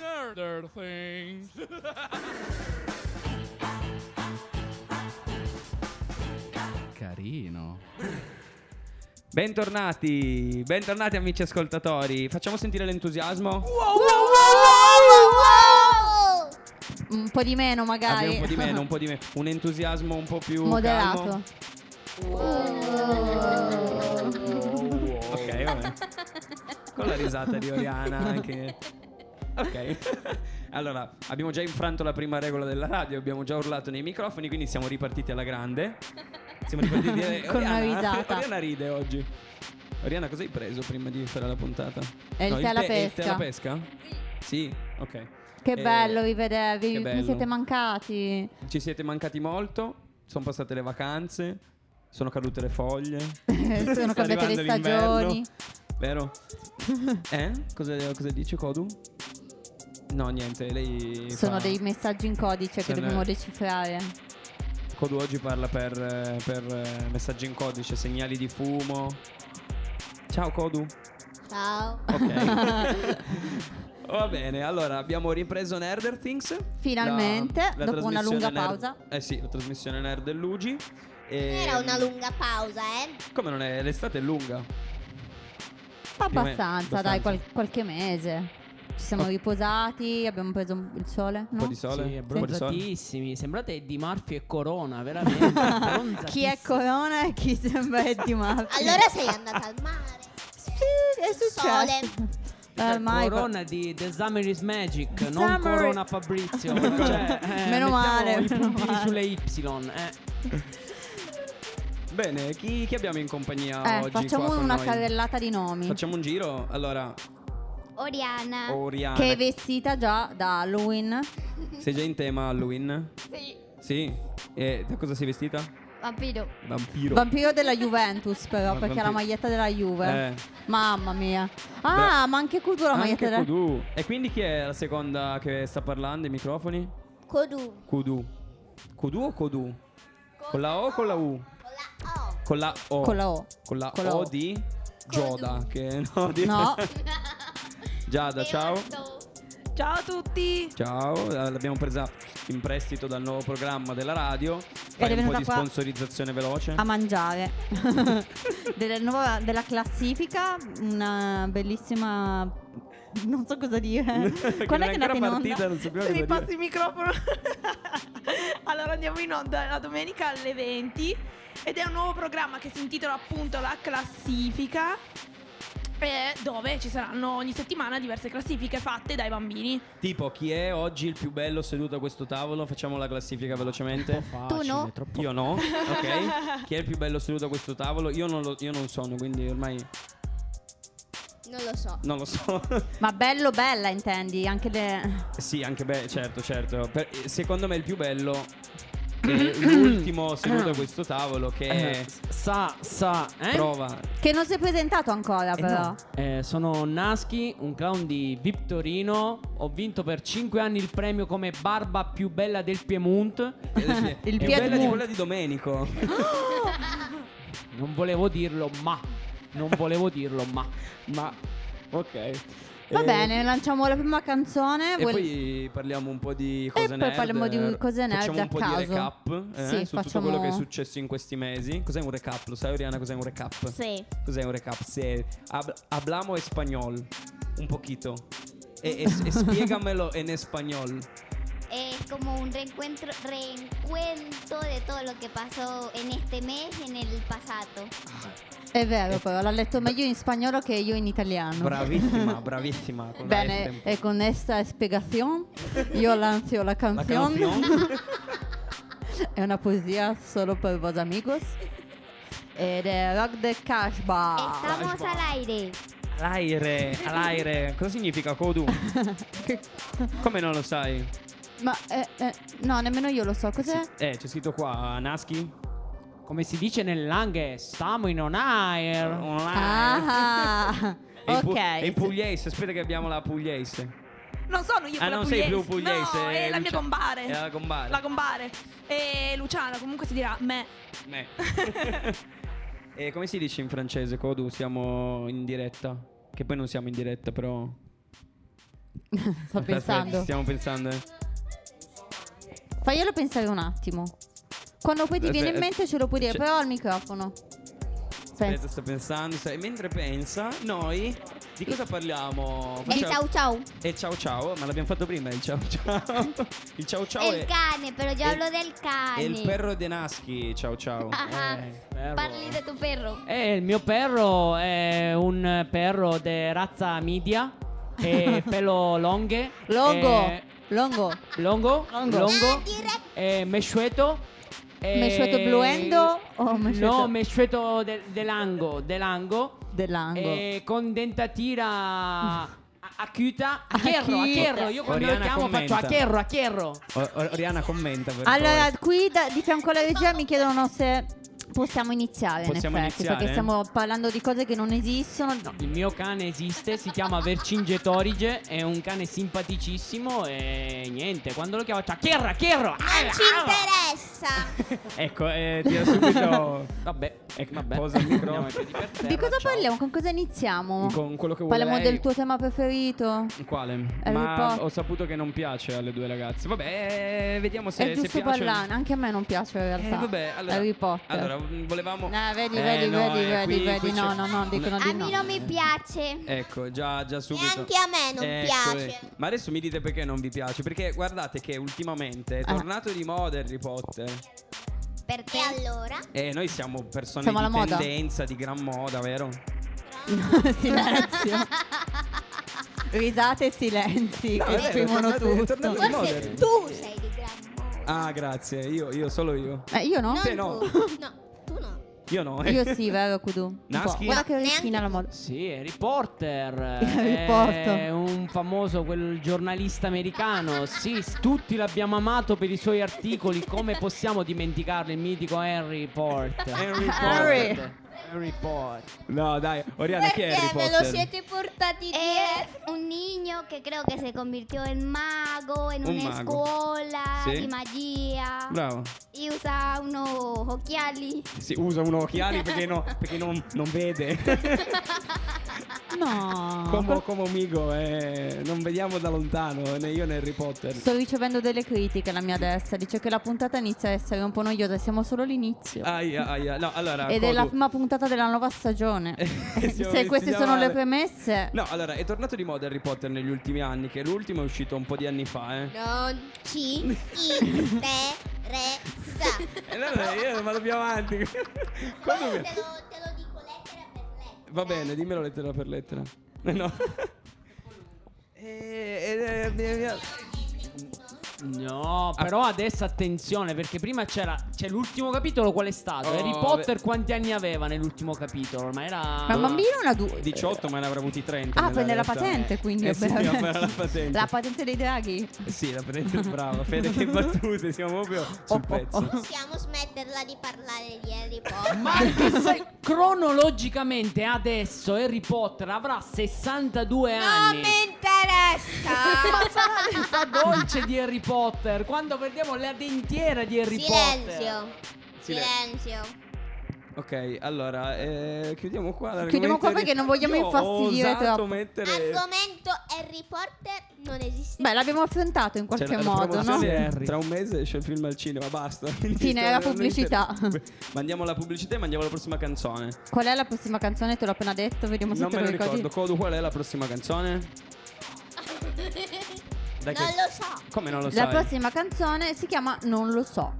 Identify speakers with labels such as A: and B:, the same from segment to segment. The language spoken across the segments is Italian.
A: murder things.
B: Carino.
C: Bentornati, bentornati amici ascoltatori. Facciamo sentire l'entusiasmo.
D: Un po' di meno magari.
C: Abbiamo un po' di meno, un po' di meno. Un entusiasmo un po' più
D: Moderato.
C: calmo. Ok, vabbè. Con la risata di Oriana anche. Ok. Allora, abbiamo già infranto la prima regola della radio, abbiamo già urlato nei microfoni, quindi siamo ripartiti alla grande. Siamo ripartiti eh,
D: Con una
C: Oriana-
D: risata.
C: Oriana ride oggi. Oriana, cosa hai preso prima di fare la puntata?
D: È il
C: No,
D: tè alla
C: è il tè alla
D: pesca.
C: pesca? Sì, ok.
D: Che
C: Eh,
D: bello vi vedervi,
C: che
D: mi
C: bello.
D: siete mancati.
C: Ci siete mancati molto, sono passate le vacanze, sono cadute le foglie.
D: Eh, Sono
C: sta
D: cambiate le
C: arrivando l'inverno,
D: stagioni.
C: Vero? Eh? Cosa, cosa dice Kodu? No, niente, lei...
D: Sono
C: fa-
D: dei messaggi in codice che
C: Sono-
D: dobbiamo decifrare.
C: Kodu oggi parla per, eh, per, eh, messaggi in codice, segnali di fumo. Ciao Kodu.
E: Ciao.
C: Ok. Va bene, allora abbiamo ripreso Nerder Things.
D: Finalmente, dopo una
C: trasmissione
D: lunga
C: Nerd-
D: pausa.
C: Eh sì, la trasmissione Nerd e Luigi. E-
E: Era una lunga pausa, eh?
C: Come non è? L'estate è lunga.
D: Abbastanza, dai,
C: abbastanza.
D: qual- qualche mese. Ci siamo
C: Oh.
D: riposati, abbiamo preso un- il sole.
C: Un
D: No?
C: po' di sole?
A: Sì, è
C: un po' di sole.
A: bronzatissimi. Sembrate di Murphy e Corona, veramente. Bronzatissimi.
D: Chi è corona e chi sembra è di Marte.
E: Allora sei andata al mare.
D: Sì, è successo.
E: Sole.
A: Cioè,
D: Ormai-
A: corona di The Summer is Magic,
D: Summer-
A: non Corona Fabrizio. cioè, eh,
D: Meno
A: mettiamo
D: male,
A: I
D: meno
A: puntini
D: male.
A: sulle Y. Eh.
C: Bene, chi, chi abbiamo in compagnia
D: Eh,
C: Ah, oggi?
D: facciamo
C: qua con
D: una
C: noi?
D: carrellata di nomi.
C: Facciamo un giro. Allora,
E: Oriana.
C: Oriana.
D: Che è vestita già da Halloween.
C: Sei già in tema Halloween?
E: Sì.
C: Sì. E da cosa sei vestita?
E: Vampiro.
C: Vampiro.
D: Vampiro della Juventus, però,
C: Ma
D: perché ha la
C: vampiro.
D: maglietta della Juve.
C: Eh,
D: Mamma mia. Ah,
C: Bra-
D: ma anche Kudu ha la maglietta
C: anche
D: della
C: Kudu. E quindi chi è la seconda che sta parlando? I microfoni?
E: Codu.
C: Kudu. Kudu o Kodu? Con la O o con la U?
E: Con la O.
C: Con la O.
D: Con la O.
C: Con la
D: Con la
C: O
D: O.
C: di Gioda. Che no, di...
D: No,
C: Giada, ciao.
D: Esatto.
F: Ciao a tutti!
C: Ciao, eh, l'abbiamo presa in prestito dal nuovo programma della radio. Fai un po'
D: venuta
C: di
D: qua
C: sponsorizzazione veloce.
D: a mangiare. della, nuova- della classifica, una bellissima... Non so cosa dire.
C: Che
D: Quando
C: non
D: è che
C: è
D: è andata
C: ancora
D: in
C: partita,
D: onda?
C: non sappiamo
F: Se mi
C: cosa
F: passi
C: dire.
F: il microfono. allora andiamo in onda la domenica alle 20 ed è un nuovo programma che si intitola appunto La classifica eh, dove ci saranno ogni settimana diverse classifiche fatte dai bambini.
C: Tipo, chi è oggi il più bello seduto a questo tavolo? Facciamo la classifica velocemente.
A: Facile,
E: no?
A: troppo-
C: Io no, ok? Chi è il più bello seduto a questo tavolo? Io non, lo, io non sono, quindi ormai
E: Non lo so.
C: non lo so.
D: Ma bello bella intendi, anche le...
C: sì, anche beh, certo, certo. Per- eh, secondo me il più bello è l'ultimo seduto a questo tavolo che
A: Eh, sa, sa, eh?
C: prova.
D: Che non si è presentato ancora
A: Eh,
D: però.
A: no. Eh, sono Naschi, un clown di Vittorino. Ho vinto per 5 anni il premio come barba più bella del Piemonte.
C: è
D: Il
C: bella di
D: Piedmont.
C: quella di Domenico.
D: Oh,
A: Non volevo dirlo, ma. Non volevo dirlo, ma.
C: Ma ok.
D: Va
C: Eh,
D: bene, lanciamo la prima canzone.
C: E
D: Vuoi-
C: poi parliamo un po' di cose
D: Eh, poi
C: nerd.
D: parliamo di cose nerd
C: Facciamo
D: a
C: un po'
D: caso.
C: di recap eh,
D: Sì,
C: su tutto
D: facciamo-
C: quello che è successo in questi mesi. Cos'è un recap? Lo sai, Oriana, cos'è un recap?
E: Sì.
C: Cos'è un recap? Se hab- hablamo español, un poquito. E, e- e spiegamelo en español.
E: Es como un reencuentro, reencuentro de todo lo que pasó en este mes y en el pasado.
D: È vero però, l'ha letto meglio in spagnolo che io in italiano.
C: Bravissima, bravissima. con la
D: Bene,
C: F.
D: e con questa spiegazione io lancio la
C: La
D: canzone.
C: canzone.
D: è una poesia solo per vos amigos. Ed è Rock the Cash
C: Ah.
D: Bar.
E: Estamos al aire.
C: All'aire, all'aire. Cosa significa Kodu?
D: Che-
C: Esatto. Come non lo sai?
D: Ma eh, eh, no, nemmeno io lo so. Cos'è?
C: Eh, c'è scritto qua, Naschi.
A: Come si dice nell'anghe, stiamo in on air.
D: Mm. Ah,
C: E
D: ok.
C: in Pu- e in pugliese, aspetta che abbiamo la pugliese.
F: Non sono io
C: Ah,
F: quella
C: non sei più pugliese,
F: No, è
C: eh,
F: la mia
C: Lucia-
F: compare.
C: è la compare.
F: La compare. E Luciana comunque si dirà me.
C: Me. e come si dice in francese, Kodu? Siamo in diretta. Che poi non siamo in diretta, però.
D: Sto
C: Aspetta, ci
D: pensando.
C: stiamo pensando. eh.
D: Faglielo pensare un attimo. Quando poi ti viene in
C: Aspetta,
D: mente ce lo puoi dire,
C: Eh, c'è-
D: però al microfono.
C: Aspetta,
D: Pensa.
C: sto pensando. sai, mentre pensa, noi di cosa parliamo?
E: El
C: Facciamo-
E: chau chau.
C: E ciao ciao, ma l'abbiamo fatto prima il ciao ciao. Il ciao ciao
E: el
C: è,
E: cane, pero yo
C: el-
E: hablo del
C: è
E: cane.
C: il perro de Naschi, ciao ciao.
E: Ajá.
A: Eh, perro.
E: Parli de tu perro.
A: Eh, il mio perro è un perro di razza media, e pelo longhe.
D: Longo.
A: eh,
D: Longo.
A: longo.
D: Longo. Eh,
A: Longo.
E: Direct-
A: E meshueto. eh,
D: Meshueto bluendo o meshueto-
A: No, meshueto de- delango. Delango.
D: Dell'ango.
A: Eh, con dentatina a, a chiuta. A
D: A
A: chierro, a
D: chiuta.
A: chierro. Io quando lo
C: Oriana
A: chiamo
C: commenta.
A: faccio a chierro, a chierro.
C: O- o- Oriana commenta per
D: Allora,
C: favore.
D: qui da- di fianco alla regia mi chiedono se possiamo iniziare.
C: Possiamo
D: in effetti,
C: iniziare?
D: perché stiamo parlando di cose che non esistono.
A: No, il mio cane esiste, si chiama Vercingetorige, è un cane simpaticissimo e niente, quando lo chiamo c'ha chierra, chierra!
E: No te interesa.
C: Ecco, eh, tira subito
A: Vabbè,
C: Ecco,
A: vabbè.
C: posa il microfono.
A: Andiamo ai piedi per terra,
D: Di cosa
A: ciao.
D: parliamo? Con cosa iniziamo?
C: con quello che vuole. lei.
D: Parliamo del tuo tema preferito?
C: Quale?
D: Harry
C: Ma
D: Potter.
C: ho saputo che non piace alle due ragazze. Vabbè, eh, vediamo se,
D: È
C: se
D: giusto
C: piace.
D: parlare, anche a me non piace in realtà.
C: Eh, vabbè, allora,
D: Harry Potter.
C: Allora, mm, volevamo.
D: No, vedi,
C: Eh,
D: vedi,
C: no,
D: vedi,
C: eh,
D: vedi,
C: qui-
D: vedi,
C: qui
D: no,
C: c'è-
D: no, no, dicono
E: A
D: di
E: mí
D: no.
E: no me piace.
C: Ecco, già, già subito.
E: Neanche a me non
C: Ecco,
E: piace.
C: eh. Ma adesso mi dite perché non vi piace. Perché guardate che ultimamente è
D: Ah.
C: tornato di moda Harry Potter.
E: Perché allora?
C: E noi siamo persone
D: Siamo
C: di
D: alla moda.
C: tendenza, di gran moda, vero?
D: silenzio. Risate e silenzi
C: No,
D: che
C: è vero,
D: esprimono
C: è tornato- è
D: tutto.
C: tornato di moda.
E: Forse tú sei di gran moda.
C: Ah, grazie. Io, io solo io.
D: Eh, io no?
E: No,
C: Te no.
E: tú. No, tú no.
C: Io no. eh.
D: Io sì, vero Kudu? Un po'.
C: Naschi?
D: Guarda che
E: No,
D: rischina la moda.
A: Sì, Harry Potter.
D: Harry
A: è
D: Potter.
A: un famoso quel giornalista americano. Sì, s- tutti l'abbiamo amato per i suoi articoli. Come possiamo dimenticarlo il mitico Harry Potter?
C: Harry
D: Harry.
C: Potter.
A: Harry Potter.
C: No, dai, Oriana, chi è Harry Potter?
B: portati
D: Eh,
E: Es un niño que creo que se convirtió en mago en
C: Un
E: una
C: mago.
E: escuela
C: Sí.
E: de magia
C: Bravo.
E: y usa unos occhiali.
C: Si usa uno occhiali perché, no- perché non, non vede.
D: No.
C: come, come amico, eh, non vediamo da lontano, né io né Harry Potter.
D: Sto ricevendo delle critiche alla mia destra. Dice che la puntata inizia a essere un po' noiosa. Siamo solo all'inizio.
C: Aia, aia. No, allora,
D: Ed è la
C: Kodu-
D: prima puntata della nuova stagione.
C: Eh, siamo
D: Se
C: messi
D: queste
C: già
D: sono le
C: male.
D: premesse,
C: No, allora, è tornato di moda Harry Potter negli ultimi anni, che l'ultimo è uscito un po' di anni fa, eh.
E: Non ci interessa.
C: E allora io vado più avanti. Quando mi-
E: lo, te lo dico lettera per lettera.
C: Va bene, dimmelo lettera per lettera. Eh, No. Eh, eh, eh, eh, Ah.
A: No, però adesso attenzione perché prima c'era c'è l'ultimo capitolo qual è stato?
C: Oh,
A: Harry Potter quanti anni aveva nell'ultimo capitolo? Ormai era
C: Boh.
D: ma un bambino o una due?
C: 18, ma ne avrà avuti 30.
D: Ah,
C: nella
D: prende la
C: realtà.
D: patente, quindi.
C: Eh sì,
D: ovviamente.
C: prende la patente.
D: La patente dei draghi.
C: Eh Sì, la prendete brava. Fede che battute, siamo proprio sul
D: Oh, oh,
C: pezzo.
D: oh.
E: Possiamo smetterla di parlare di Harry Potter?
A: Ma anche se cronologicamente adesso Harry Potter avrà 62 anni.
E: interessa.
A: Ma sarà l'età dolce di Harry Potter quando perdiamo la dentiera di Harry Potter.
E: Silenzio.
C: Silen-
E: Silenzio.
C: Ok, allora eh, chiudiamo qua. l'argomento
D: Chiudiamo qua
C: Harry-
D: perché non vogliamo
C: Io
D: infastidire
C: ho osato
D: troppo.
C: mettere
E: Argomento Harry Potter non esiste.
D: Beh, l'abbiamo affrontato in
C: Cioè,
D: qualche
C: la- la
D: modo, no?
C: promozione è-
A: Harry.
C: Tra un mese esce il film al cinema, basta.
D: Fine,
C: Sto
D: la
C: veramente-
D: pubblicità.
C: Mandiamo la pubblicità e mandiamo la prossima canzone.
D: Qual è la prossima canzone? Te l'ho appena detto, vediamo se
C: non
D: te
C: me
D: lo
C: lo
D: ricordi.
C: ricordo. Codu, qual è la prossima canzone? Dai
E: non
C: che-
E: lo so.
C: Come non lo
D: La
C: sai?
D: prossima canzone si chiama Non lo so.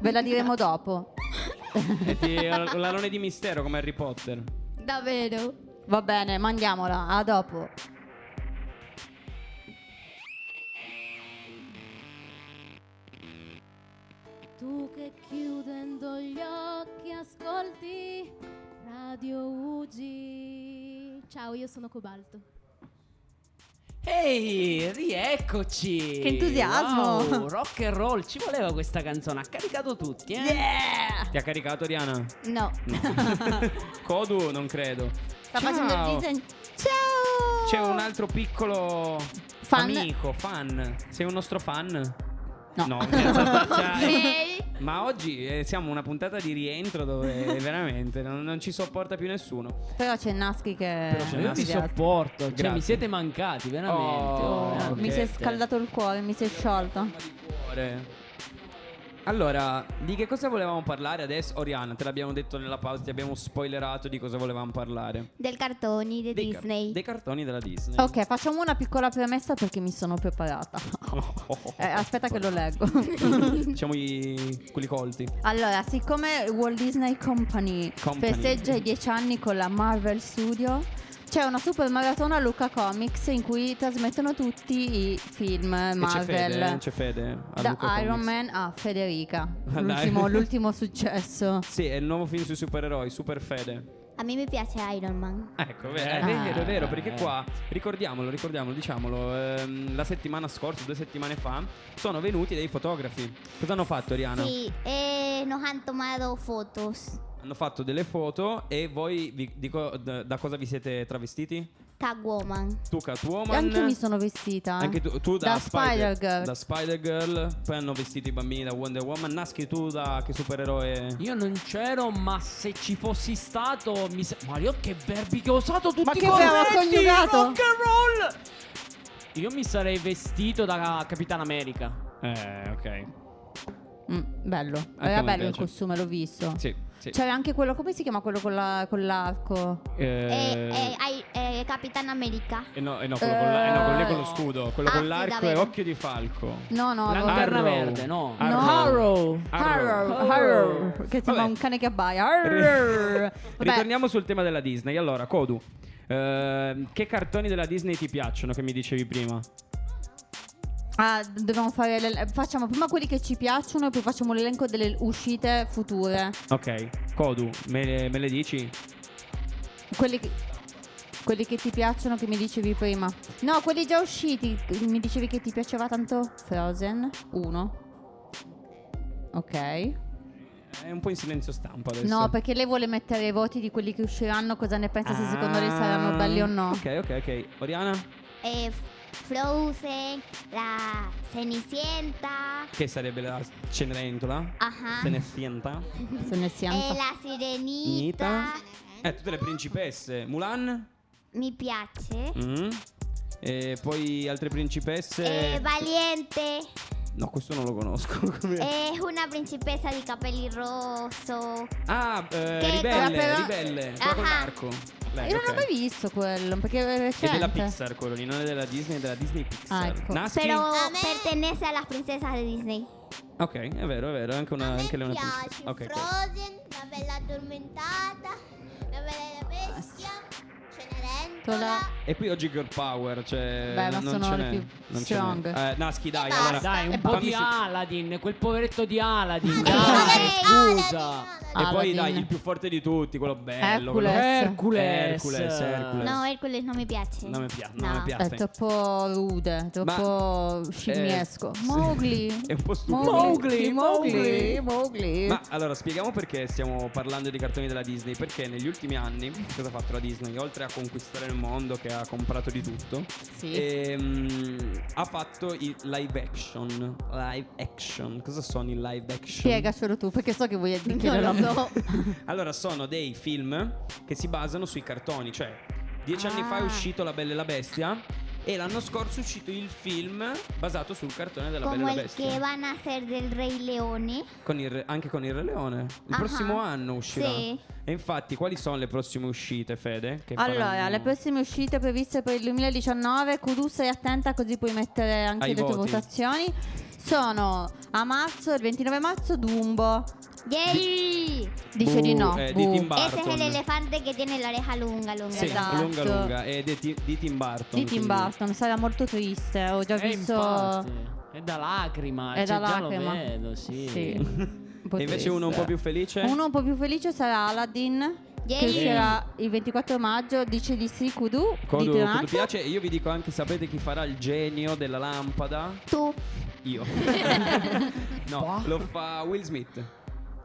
D: Ve la diremo dopo.
C: E ti- eh, L'alone di mistero come Harry Potter.
E: Davvero.
D: Va bene, mandiamola. A dopo.
B: Tu che chiudendo gli occhi ascolti Radio UG. Ciao, io sono Cobalto.
A: Ehi, rieccoci.
D: Che entusiasmo.
A: Wow, rock and roll, ci voleva questa canzone, ha caricato tutti, eh.
D: Yeah!
C: Ti ha caricato Diana?
D: No.
C: Codu, non credo.
D: Sta facendo il disegno. Ciao!
C: C'è un altro piccolo
D: Fan.
C: amico, fan. Sei un nostro fan?
D: No.
C: no, cioè, cioè,
E: Ehi.
C: Ma oggi eh, siamo una puntata di rientro dove veramente non, non ci sopporta più nessuno. Cioè,
D: Però c'è Naschi che...
C: Però c'è
A: Io vi
C: Naschi.
A: sopporto, cioè
C: Grazie.
A: mi siete mancati veramente.
C: Oh,
A: veramente.
C: ok.
D: Mi si è scaldato il cuore, mi si è sciolto.
C: Cuore. Allora, di che cosa volevamo parlare adesso? Oriana, te l'abbiamo detto nella pausa, ti abbiamo spoilerato di cosa volevamo parlare.
E: Del cartoni di
C: Dei car-
E: Disney.
C: dei cartoni della Disney.
D: Ok, facciamo una piccola premessa perché mi sono preparata.
C: Oh,
D: Eh, aspetta che lo leggo.
C: Diciamo i- quelli colti.
D: Allora, siccome Walt Disney Company,
C: Company.
D: festeggia i 10 anni con la Marvel Studio, c'è una super maratona a Luca Comics in cui trasmettono tutti i film
C: E c'è
D: Marvel.
C: Fede, eh, c'è Fede. a
D: da
C: Luca
D: Iron
C: Comics.
D: Man a Federica.
C: Ah,
D: L'ultimo,
C: dai.
D: l'ultimo successo.
C: Sì, è il nuovo film sui supereroi, Super Fede.
E: A me mi piace Iron Man.
C: Ecco, è
A: Ah.
C: vero, è vero, perché qua, ricordiamolo, ricordiamolo, diciamolo, ehm, la settimana scorsa, due settimane fa, sono venuti dei fotografi. Cosa hanno fatto, Oriana?
E: Sí, eh, nos han tomado fotos.
C: Hanno fatto delle foto e voi, vi dico, da, da cosa vi siete travestiti?
E: Catwoman.
C: Tu Catwoman.
D: E anche io mi sono vestita.
C: Anche tu, tu da,
D: Da Spider Girl.
C: Da Spider Girl. Poi hanno vestito i bambini da Wonder Woman. Naschi tu da che supereroe?
A: Io non c'ero, ma se ci fossi stato mi sa- Mario, che verbi che ho usato tutti
D: Ma che
A: i
D: verbo
A: corretti,
D: coniugato?
A: rock and roll! Io mi sarei vestito da Capitan America.
C: Eh, ok.
D: Mm, bello.
C: a
D: Era
C: me
D: bello il
C: piace.
D: costume, l'ho visto.
C: Sì, sì.
D: C'era anche quello, come si chiama quello con, la- con l'arco?
E: Eh,
C: Eh,
E: eh, ai- eh, Capitán América.
C: eh no, eh no, quello con, la- eh no, quello lì con lo
A: Eh,
C: scudo. Quello con
E: Ah, sì,
C: l'arco e
E: davvero.
C: occhio di falco.
D: No, no, avevo-
A: Lanterna
C: Arrow.
A: verde, no.
C: Arrow.
A: Arrow.
C: Arrow.
D: Arr, arr, che sembra
C: Vabbè.
D: un cane che abbaia.
C: Ri-
D: Arr. Vabbè,
C: Ritorniamo sul tema della Disney. Allora, Kodu, ehm, che cartoni della Disney ti piacciono? Che mi dicevi prima?
D: ah, dobbiamo fare l'el- facciamo prima quelli che ci piacciono e poi facciamo l'elenco delle uscite future.
C: Ok, Kodu, me, me le dici?
D: Quelli che, quelli che ti piacciono che mi dicevi prima. No, quelli già usciti, che mi dicevi che ti piaceva tanto Frozen 1. Ok.
C: È un po' in silenzio stampa adesso.
D: No, perché lei vuole mettere i voti di quelli che usciranno, cosa ne pensa se secondo lei saranno belli o no.
C: Ah, Ok, ok, ok. Oriana,
E: Eh, Frozen, la Cenicienta.
C: che sarebbe la Cenerentola?
E: Ajá.
C: Cenicienta?
D: Se ne
E: Eh,
D: siamo.
E: la
C: Nita.
E: Sirenita.
C: Eh, tutte le principesse. Mulan?
E: Mi piace.
C: Mm. E poi altre principesse.
E: Eh, Valiente.
C: No, questo non lo conosco. Come-
D: Eh,
E: Es una principesa di capelli rosso.
C: Ah, eh,
E: che-
C: ribelle,
D: però-
C: ribelle. Quella con
E: Ah.
C: l'arco. Lei,
D: Io non
C: ok.
D: ho mai visto quello, perché è
C: È
D: recente.
C: della Pixar quello lì, non è della Disney, è della Disney Pixar.
D: Ah, ecco.
C: Naschi?
E: Pero pertenece a las princesas de Disney.
C: Ok, è vero, è vero, anche una anche lei è una principessa. Ok, ok.
G: Frozen, la bella addormentata, la bella e la bestia,
D: Tola.
G: Cenerentola.
C: E qui oggi Girl Power, cioè
D: Beh, ma
C: non
D: sono
C: ce
D: le
C: n'è,
D: più
C: non ce
D: strong.
C: n'è. Eh, Naschi, dai,
G: basta.
C: allora.
A: Dai, un
D: E
A: po'
C: fammi
A: di
C: se-
A: Aladdin, quel poveretto di Aladdin.
G: Ah,
A: Dai,
G: sì,
A: scusa.
G: Aladdin,
C: E poi
D: Aladdin.
C: dai, il più forte di tutti, quello
D: Eh,
C: bello. quello-
D: Hercules.
A: Hercules.
C: Hercules, Hercules.
E: No, Hércules no me piace.
C: Non mi piace, non mi
D: È
C: piace.
D: Eh, troppo rude, troppo scimmiesco.
C: Eh, sì.
D: Mowgli.
C: È un po' stupido.
A: Mowgli, Mowgli.
D: Mowgli, Mowgli.
C: Ma allora spieghiamo perché stiamo parlando di cartoni della Disney, perché negli ultimi anni cosa ha fatto la Disney? Oltre a conquistare il mondo che ha comprato di tutto,
D: Sì.
C: eh, ehm, ha fatto i live action. Live action. Cosa sono i live action?
D: Spiegacelo tu, perché so che vuoi di che non lo so.
C: Allora, sono dei film che si basano sui cartoni, cioè dieci anni fa è
D: Ah.
C: uscito La Bella e la Bestia e l'anno scorso è uscito il film basato sul cartone della
E: Como
C: Bella e la
E: el
C: Bestia.
E: que van a hacer del Rey Leone.
C: Con il re- anche con il Re Leone. Il
E: Ah.
C: prossimo anno uscirà.
E: Sì.
C: E infatti, quali sono le prossime uscite, Fede? Che
D: Allora,
C: faranno-
D: le prossime uscite previste per il 2019, Kudu sei attenta così puoi mettere anche
C: Ai
D: le tue
C: voti.
D: votazioni. Sono a marzo, il 29 marzo, Dumbo.
E: ¡Yay!
D: Dice
C: Buh,
D: di no.
C: eh, di
D: buh.
C: Tim
E: Ese es
C: Burton.
E: el elefante que tiene la oreja lunga, lunga.
C: Sì,
E: lunga.
D: Esatto.
C: lunga lunga. È di, Ti- di Tim Burton.
D: Di Tim
C: quindi-
D: Burton, sarà molto triste. Ho già
A: Eh,
D: visto.
A: infatti, È da lacrima.
D: È da
A: cioè, già
D: lacrima.
A: lo vedo, sì.
D: Un po'
C: E invece
D: triste.
C: uno un po' più felice?
D: Uno un po' più felice sarà Aladdin. Che
E: Yay.
D: uscirà il 24 maggio, dice di sì, Kudu.
C: Codu,
D: dite un
C: Codu
D: altro.
C: piace? E Io vi dico anche, sapete chi farà il genio della lampada?
E: Tú.
C: Io. no, lo fa Will Smith.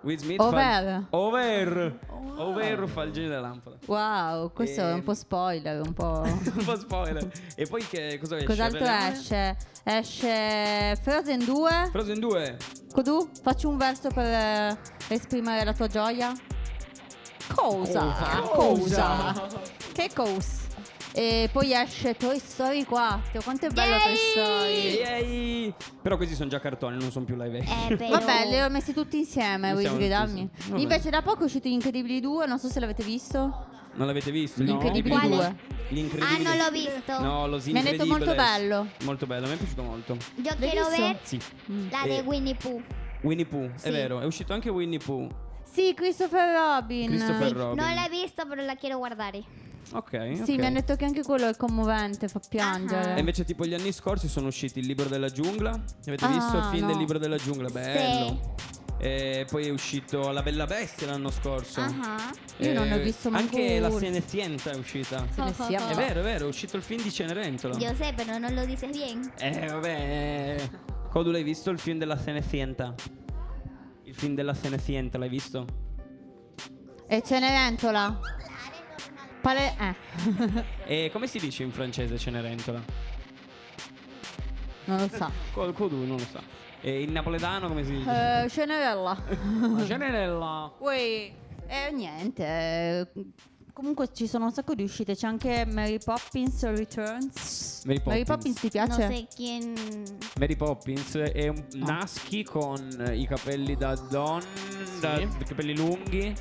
C: Will Smith
D: Over.
C: Fa... Over. Over fa il genio della lampada.
D: Wow, questo è
A: Eh,
D: un po'
C: Ehm.
D: spoiler, un po'.
C: Un po' spoiler. E poi che cosa esce?
D: Oh. Cos'altro
C: Re Leone?
D: esce? Esce Frozen 2.
C: Frozen 2.
D: Codù, facci un verso per eh, esprimere la tua gioia. Cosa? Cosa? Che cosa? E poi esce Toy Story 4. Quanto è bello Toy Story!
C: Yay! Però questi sono già cartoni, non sono più live action.
E: Eh, però...
D: Vabbè, li ho messi tutti insieme,
C: Li
D: vuoi
C: siamo
D: sgridarmi?
C: tutti- vabbè.
D: Invece da poco è uscito Incredibili 2, non so se l'avete visto.
C: Non l'avete visto?
D: Gli
C: No.
D: Incredibili
E: Quale?
D: 2.
E: Ah,
C: L'incredibile.
E: non l'ho visto.
C: No, lo si
D: Mi hanno detto molto bello.
C: Molto bello, mi è piaciuto molto.
E: Yo
D: L'hai
E: quiero
D: visto? Mm.
E: ver
C: Sì.
E: la
C: Eh.
E: de Winnie Pooh.
C: Winnie Pooh,
D: Sì.
C: è vero, è uscito anche Winnie Pooh.
D: Sì, Christopher Robin.
C: Christopher Robin.
E: No la he visto, pero la quiero guardar. eh.
C: Ok,
D: eh, Sì,
C: ok. Ah.
D: mi hanno detto che anche quello è commovente, fa piangere.
C: E invece tipo gli anni scorsi sono usciti Il libro della giungla. Avete
D: Ah,
C: visto il film
D: no.
C: del libro della giungla? Bello. E poi è uscito La bella bestia l'anno scorso.
E: Ajá.
D: Ah, Io non ne ho
C: Eh,
D: visto manco
C: Anche la
D: uno.
C: Cenicienta è uscita.
D: Se ne sia-
C: È ah, vero, è vero, è uscito il film di Cenerentola.
E: Yo sé, pero no lo dices bien.
C: Eh, vabbè. Codu, l'hai visto il film della Cenicienta? Il film della Cenicienta, l'hai visto?
D: E Cenerentola. Pare... Eh,
C: E come si dice in francese Cenerentola?
D: non lo so.
C: Col Codu non lo so. E in napoletano come si dice?
D: Eh, Cenerella.
A: La Cenerella.
D: Poi... eh, niente. eh, Comunque ci sono un sacco di uscite. C'è anche Mary Poppins Returns.
C: Eh, Mary Poppins.
D: ti
E: No
D: piace?
E: sé quién.
C: Mary Poppins è un naschi con eh, i capelli da don, da, i capelli lunghi.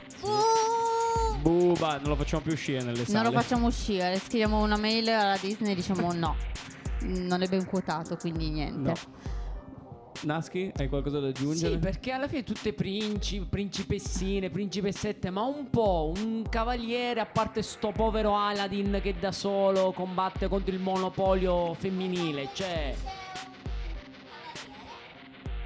C: Buba, non lo facciamo più uscire nelle sale.
D: Non lo facciamo uscire, scriviamo una mail alla Disney e diciamo no. Mm, Non è ben quotato, quindi niente.
C: No. Naschi, hai qualcosa da aggiungere?
A: Sì, perché alla fine tutte principi, principessine, principessette, ma un po' un cavaliere, a parte sto povero Aladdin che da solo combatte contro il monopolio femminile, cioè...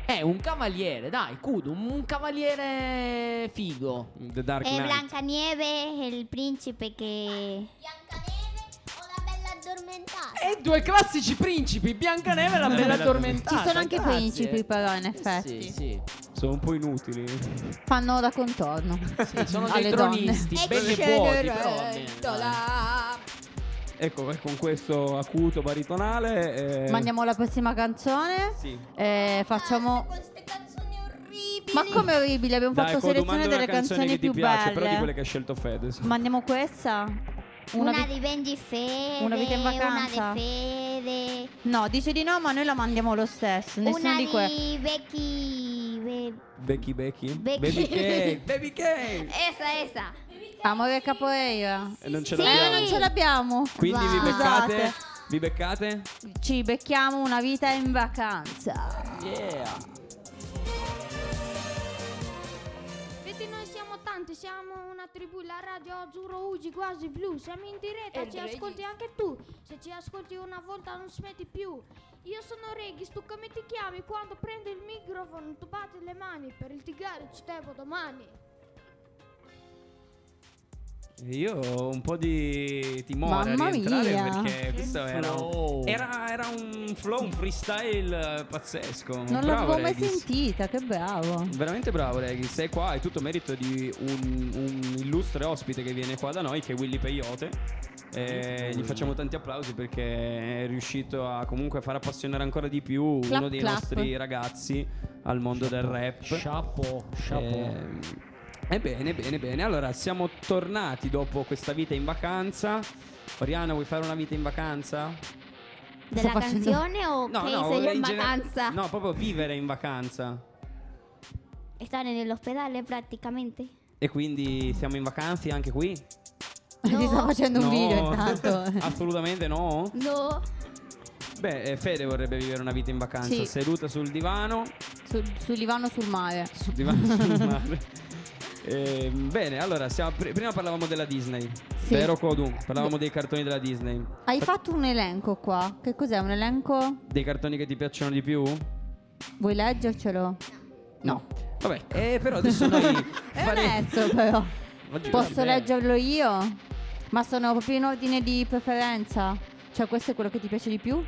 A: È un cavaliere, dai, Kudu, un un cavaliere figo.
C: The Dark
E: Eh,
C: Knight.
E: Blancanieves, el príncipe que.
G: Biancaneve o la bella addormentata?
A: E due classici principi, Biancaneve e la Bella Addormentata.
D: Ci sono anche
A: grazie. Eh,
D: principi, però, in effetti.
A: Sì, sì.
C: Sono un po' inutili.
D: Fanno da contorno.
A: Sì, sono dei
D: Alle donne. Ecco
A: tronisti, belli e vuoti, però... vabbè.
C: Ecco, e con questo acuto baritonale. eh,
D: Mandiamo la prossima canzone.
C: Sì.
D: Eh, facciamo.
G: Ah, Queste canzoni orribili.
D: Ma come orribile, abbiamo
C: Dai,
D: fatto
C: Codu,
D: selezione
C: manda una
D: delle
C: canzone che
D: canzoni più
C: ti piace, però di quelle
D: belle.
C: che ha scelto Fede.
D: Mandiamo questa?
E: Una,
D: vi-
E: de Benji Fede.
D: una vita in vacanza.
E: Una de Fede.
D: No, dice di no, ma noi la mandiamo lo stesso. Nessuna
E: una
D: di quelle.
E: de Becky. Be-
C: Becky Becky.
E: Becky.
C: Baby Cake. Baby Cake.
E: Esa, esa.
D: Amore Capoeira.
C: E non ce
E: sì.
D: Eh,
C: l'abbiamo.
D: non ce l'abbiamo.
C: Quindi vi
D: Scusate.
C: beccate. Vi beccate?
D: Ci becchiamo una vita in vacanza.
A: Yeah.
G: Vedi, noi siamo tanti, siamo una tribù, la radio azzurro Ugi quasi blu, siamo in diretta, ci ascolti anche tu, se ci ascolti una volta non smetti più. Io sono Regis, tu come ti chiami? Quando prendi il microfono tu batti le mani, per il tigare ci devo domani.
C: Io ho un po' di timore
D: Mamma
C: a rientrare
D: mia.
C: perché questo era
A: flow.
C: un, era, era un flow, un freestyle eh, pazzesco.
D: Non
C: Bravo,
D: l'avevo mai
C: Regis.
D: sentita, che bravo.
C: Veramente bravo Regis, sei qua, è tutto merito di un, un illustre ospite che viene qua da noi, che è Willy Peyote. Eh, gli facciamo tanti applausi perché è riuscito a comunque far appassionare ancora di più
D: Clap,
C: uno dei
D: clap.
C: nostri ragazzi al mondo del rap.
A: Chapeau, chapeau.
C: Ehm, E bene, bene, bene. Allora, siamo tornati dopo questa vita in vacanza. Oriana, vuoi fare una vita in vacanza?
E: ¿De
D: Sta
E: la
D: facendo-
E: canción o qué hice yo
C: vorrei
E: en
C: gener-
E: vacanza?
C: No, proprio vivere in vacanza.
E: Están en el hospedale prácticamente.
C: E quindi siamo in vacanza anche qui?
D: Ti sto facendo un
C: No. Ah.
D: video intanto.
C: Assolutamente no.
E: No.
C: Beh, eh, Fede vorrebbe vivere una vita in vacanza,
D: Sì.
C: seduta sul divano,
D: Su, sul divano sul mare.
C: sul divano sul mare. Ehm, bene, allora, siamo- pr- prima parlavamo della Disney,
D: Sì.
C: vero Kodu? Parlavamo dei cartoni della Disney.
D: Hai
C: Fa-
D: fatto un elenco qua. Che cos'è? Un elenco?
C: Dei cartoni che ti piacciono di più?
D: Vuoi leggercelo?
C: No. Vabbè, eh, però adesso noi
D: È
C: fare-
D: onesto però.
C: Oggi-
D: Posso
C: beh,
D: leggerlo io? Ma sono proprio in ordine di preferenza. Cioè, questo è quello che ti piace di più?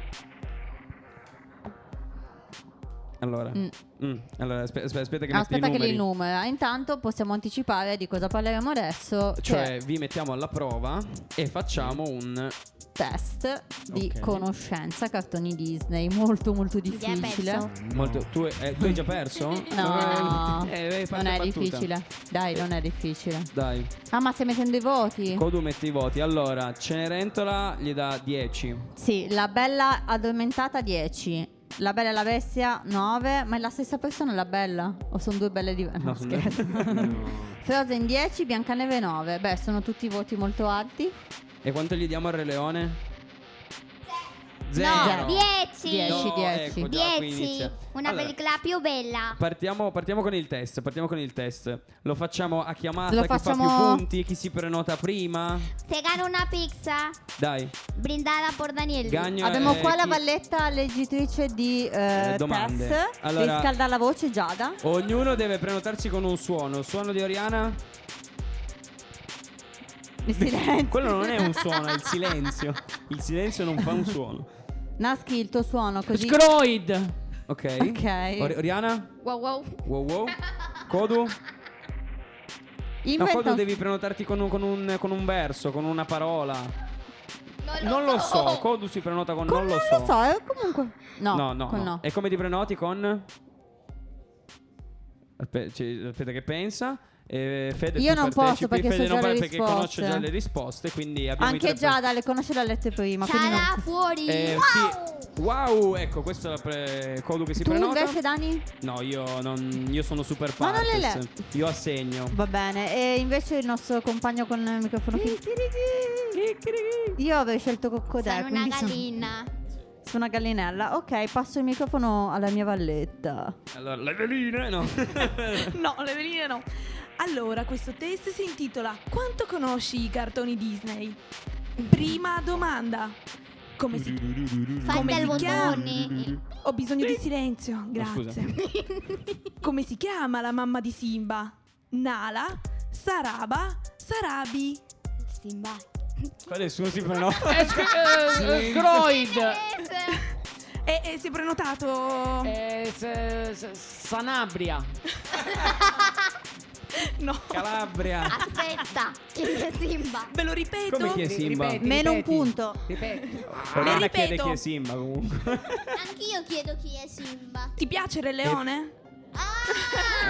C: Allora,
D: Mm.
C: Mm. allora aspe- aspe- aspetta che metti i
D: Ah, Aspetta che
C: numeri.
D: li numera. Intanto possiamo anticipare di cosa parleremo adesso. che
C: Cioè, vi mettiamo alla prova e facciamo un
D: test di
C: Ok.
D: conoscenza cartoni Disney. Molto molto difficile.
E: perso.
C: molto. Tu, eh, tu hai già perso?
D: No,
C: Eh, eh, fate
D: non è
C: battuta.
D: difficile. Dai, non è difficile.
C: Dai,
D: Ah, ma stai mettendo i voti?
C: Codu mette i voti. Allora, Cenerentola gli dà 10.
D: sì, la bella addormentata 10. La bella e la bestia 9. Ma è la stessa persona la bella? O sono due belle diverse? No,
C: sono-
D: scherzo. Frozen 10, Biancaneve 9. Beh, sono tutti voti molto alti.
C: E quanto gli diamo al Re Leone?
D: Zero.
E: 10.
D: Dieci.
C: No, ecco, già qui
E: 10.
C: inizia.
E: Una
C: Allora,
E: pellicola più bella.
C: Partiamo, partiamo con il test, partiamo con il test. Lo facciamo a chiamata,
D: Lo
C: chi fa più
D: facciamo-
C: punti, chi si prenota prima.
E: Se gana una pizza
C: Dai,
E: brindada por Daniel.
C: Gagno
D: Abbiamo
C: eh,
D: qua la
C: chi-
D: valletta leggitrice di eh,
C: Eh, domande.
D: Tess.
C: Allora-
D: Riscalda la voce, Giada.
C: Ognuno deve prenotarsi con un suono. Suono di Oriana?
D: Il silenzio.
C: Quello non è un suono, è il silenzio. Il silenzio non fa un suono.
D: Naschi il tuo suono così.
A: Scroid. Eh,
C: Ok.
D: Ok.
C: Ori- Oriana?
B: Wow wow.
C: Wow wow. Kodu? No,
D: Inventa
C: Kodu
D: un-
C: devi prenotarti con un, con un- con un verso, con una parola. Non lo so. Kodu si prenota con, non
D: Con-
C: lo so.
D: eh, comunque. No,
C: no, no,
D: con
C: no.
D: no.
C: E come ti prenoti con... Aspe- ci- aspetta che pensa. Eh, Fede,
D: Io
C: tu
D: non
C: partecipi.
D: posso, perché so
C: Fede non
D: già le
C: può, perché conosce
D: risposte.
C: già le risposte, quindi abbiamo i
D: Anche
C: tre per-
D: Giada le conosce le ha lette prima. quindi non-
E: Ciala fuori.
C: Eh,
E: wow.
C: sì. Wow, ecco, questo è la pre- Kodu che si
D: Tu
C: prenota.
D: invece, Dani?
C: No, io, non, io sono super
D: Ma non le
C: partes. io assegno.
D: Va bene. E invece il nostro compagno con il microfono finito. Io avrei scelto Coccodè.
E: Sono una
D: quindi sono-
E: gallina.
D: sono una gallinella. Ok, passo il microfono alla mia valletta.
C: Allora, le veline, no.
F: No, le veline no. Allora, questo test si intitola Quanto conosci i cartoni Disney? Prima domanda. Come si...
E: Falta il
F: si chiama?
E: bottone.
F: Ho bisogno di silenzio,
C: Oh,
F: grazie. Come si chiama la mamma di Simba? Nala, Saraba, Sarabi.
E: Simba.
C: Qua nessuno si prenota.
A: Eh, sc- eh, eh, Scroid.
F: E, e si è prenotato?
A: Eh, s- s- Sanabria.
F: No.
C: Calabria.
E: Aspetta. Chi è Simba?
F: Ve lo ripeto?
C: Come chi è Simba?
A: Ripeti,
D: Meno un
A: ripeti.
D: punto.
A: Ripeti.
C: Oriana
F: ripeto.
C: chiede chi è Simba comunque.
E: Anch'io chiedo chi è Simba.
F: Ti piace Re Leone?
E: Ah!
C: Eh,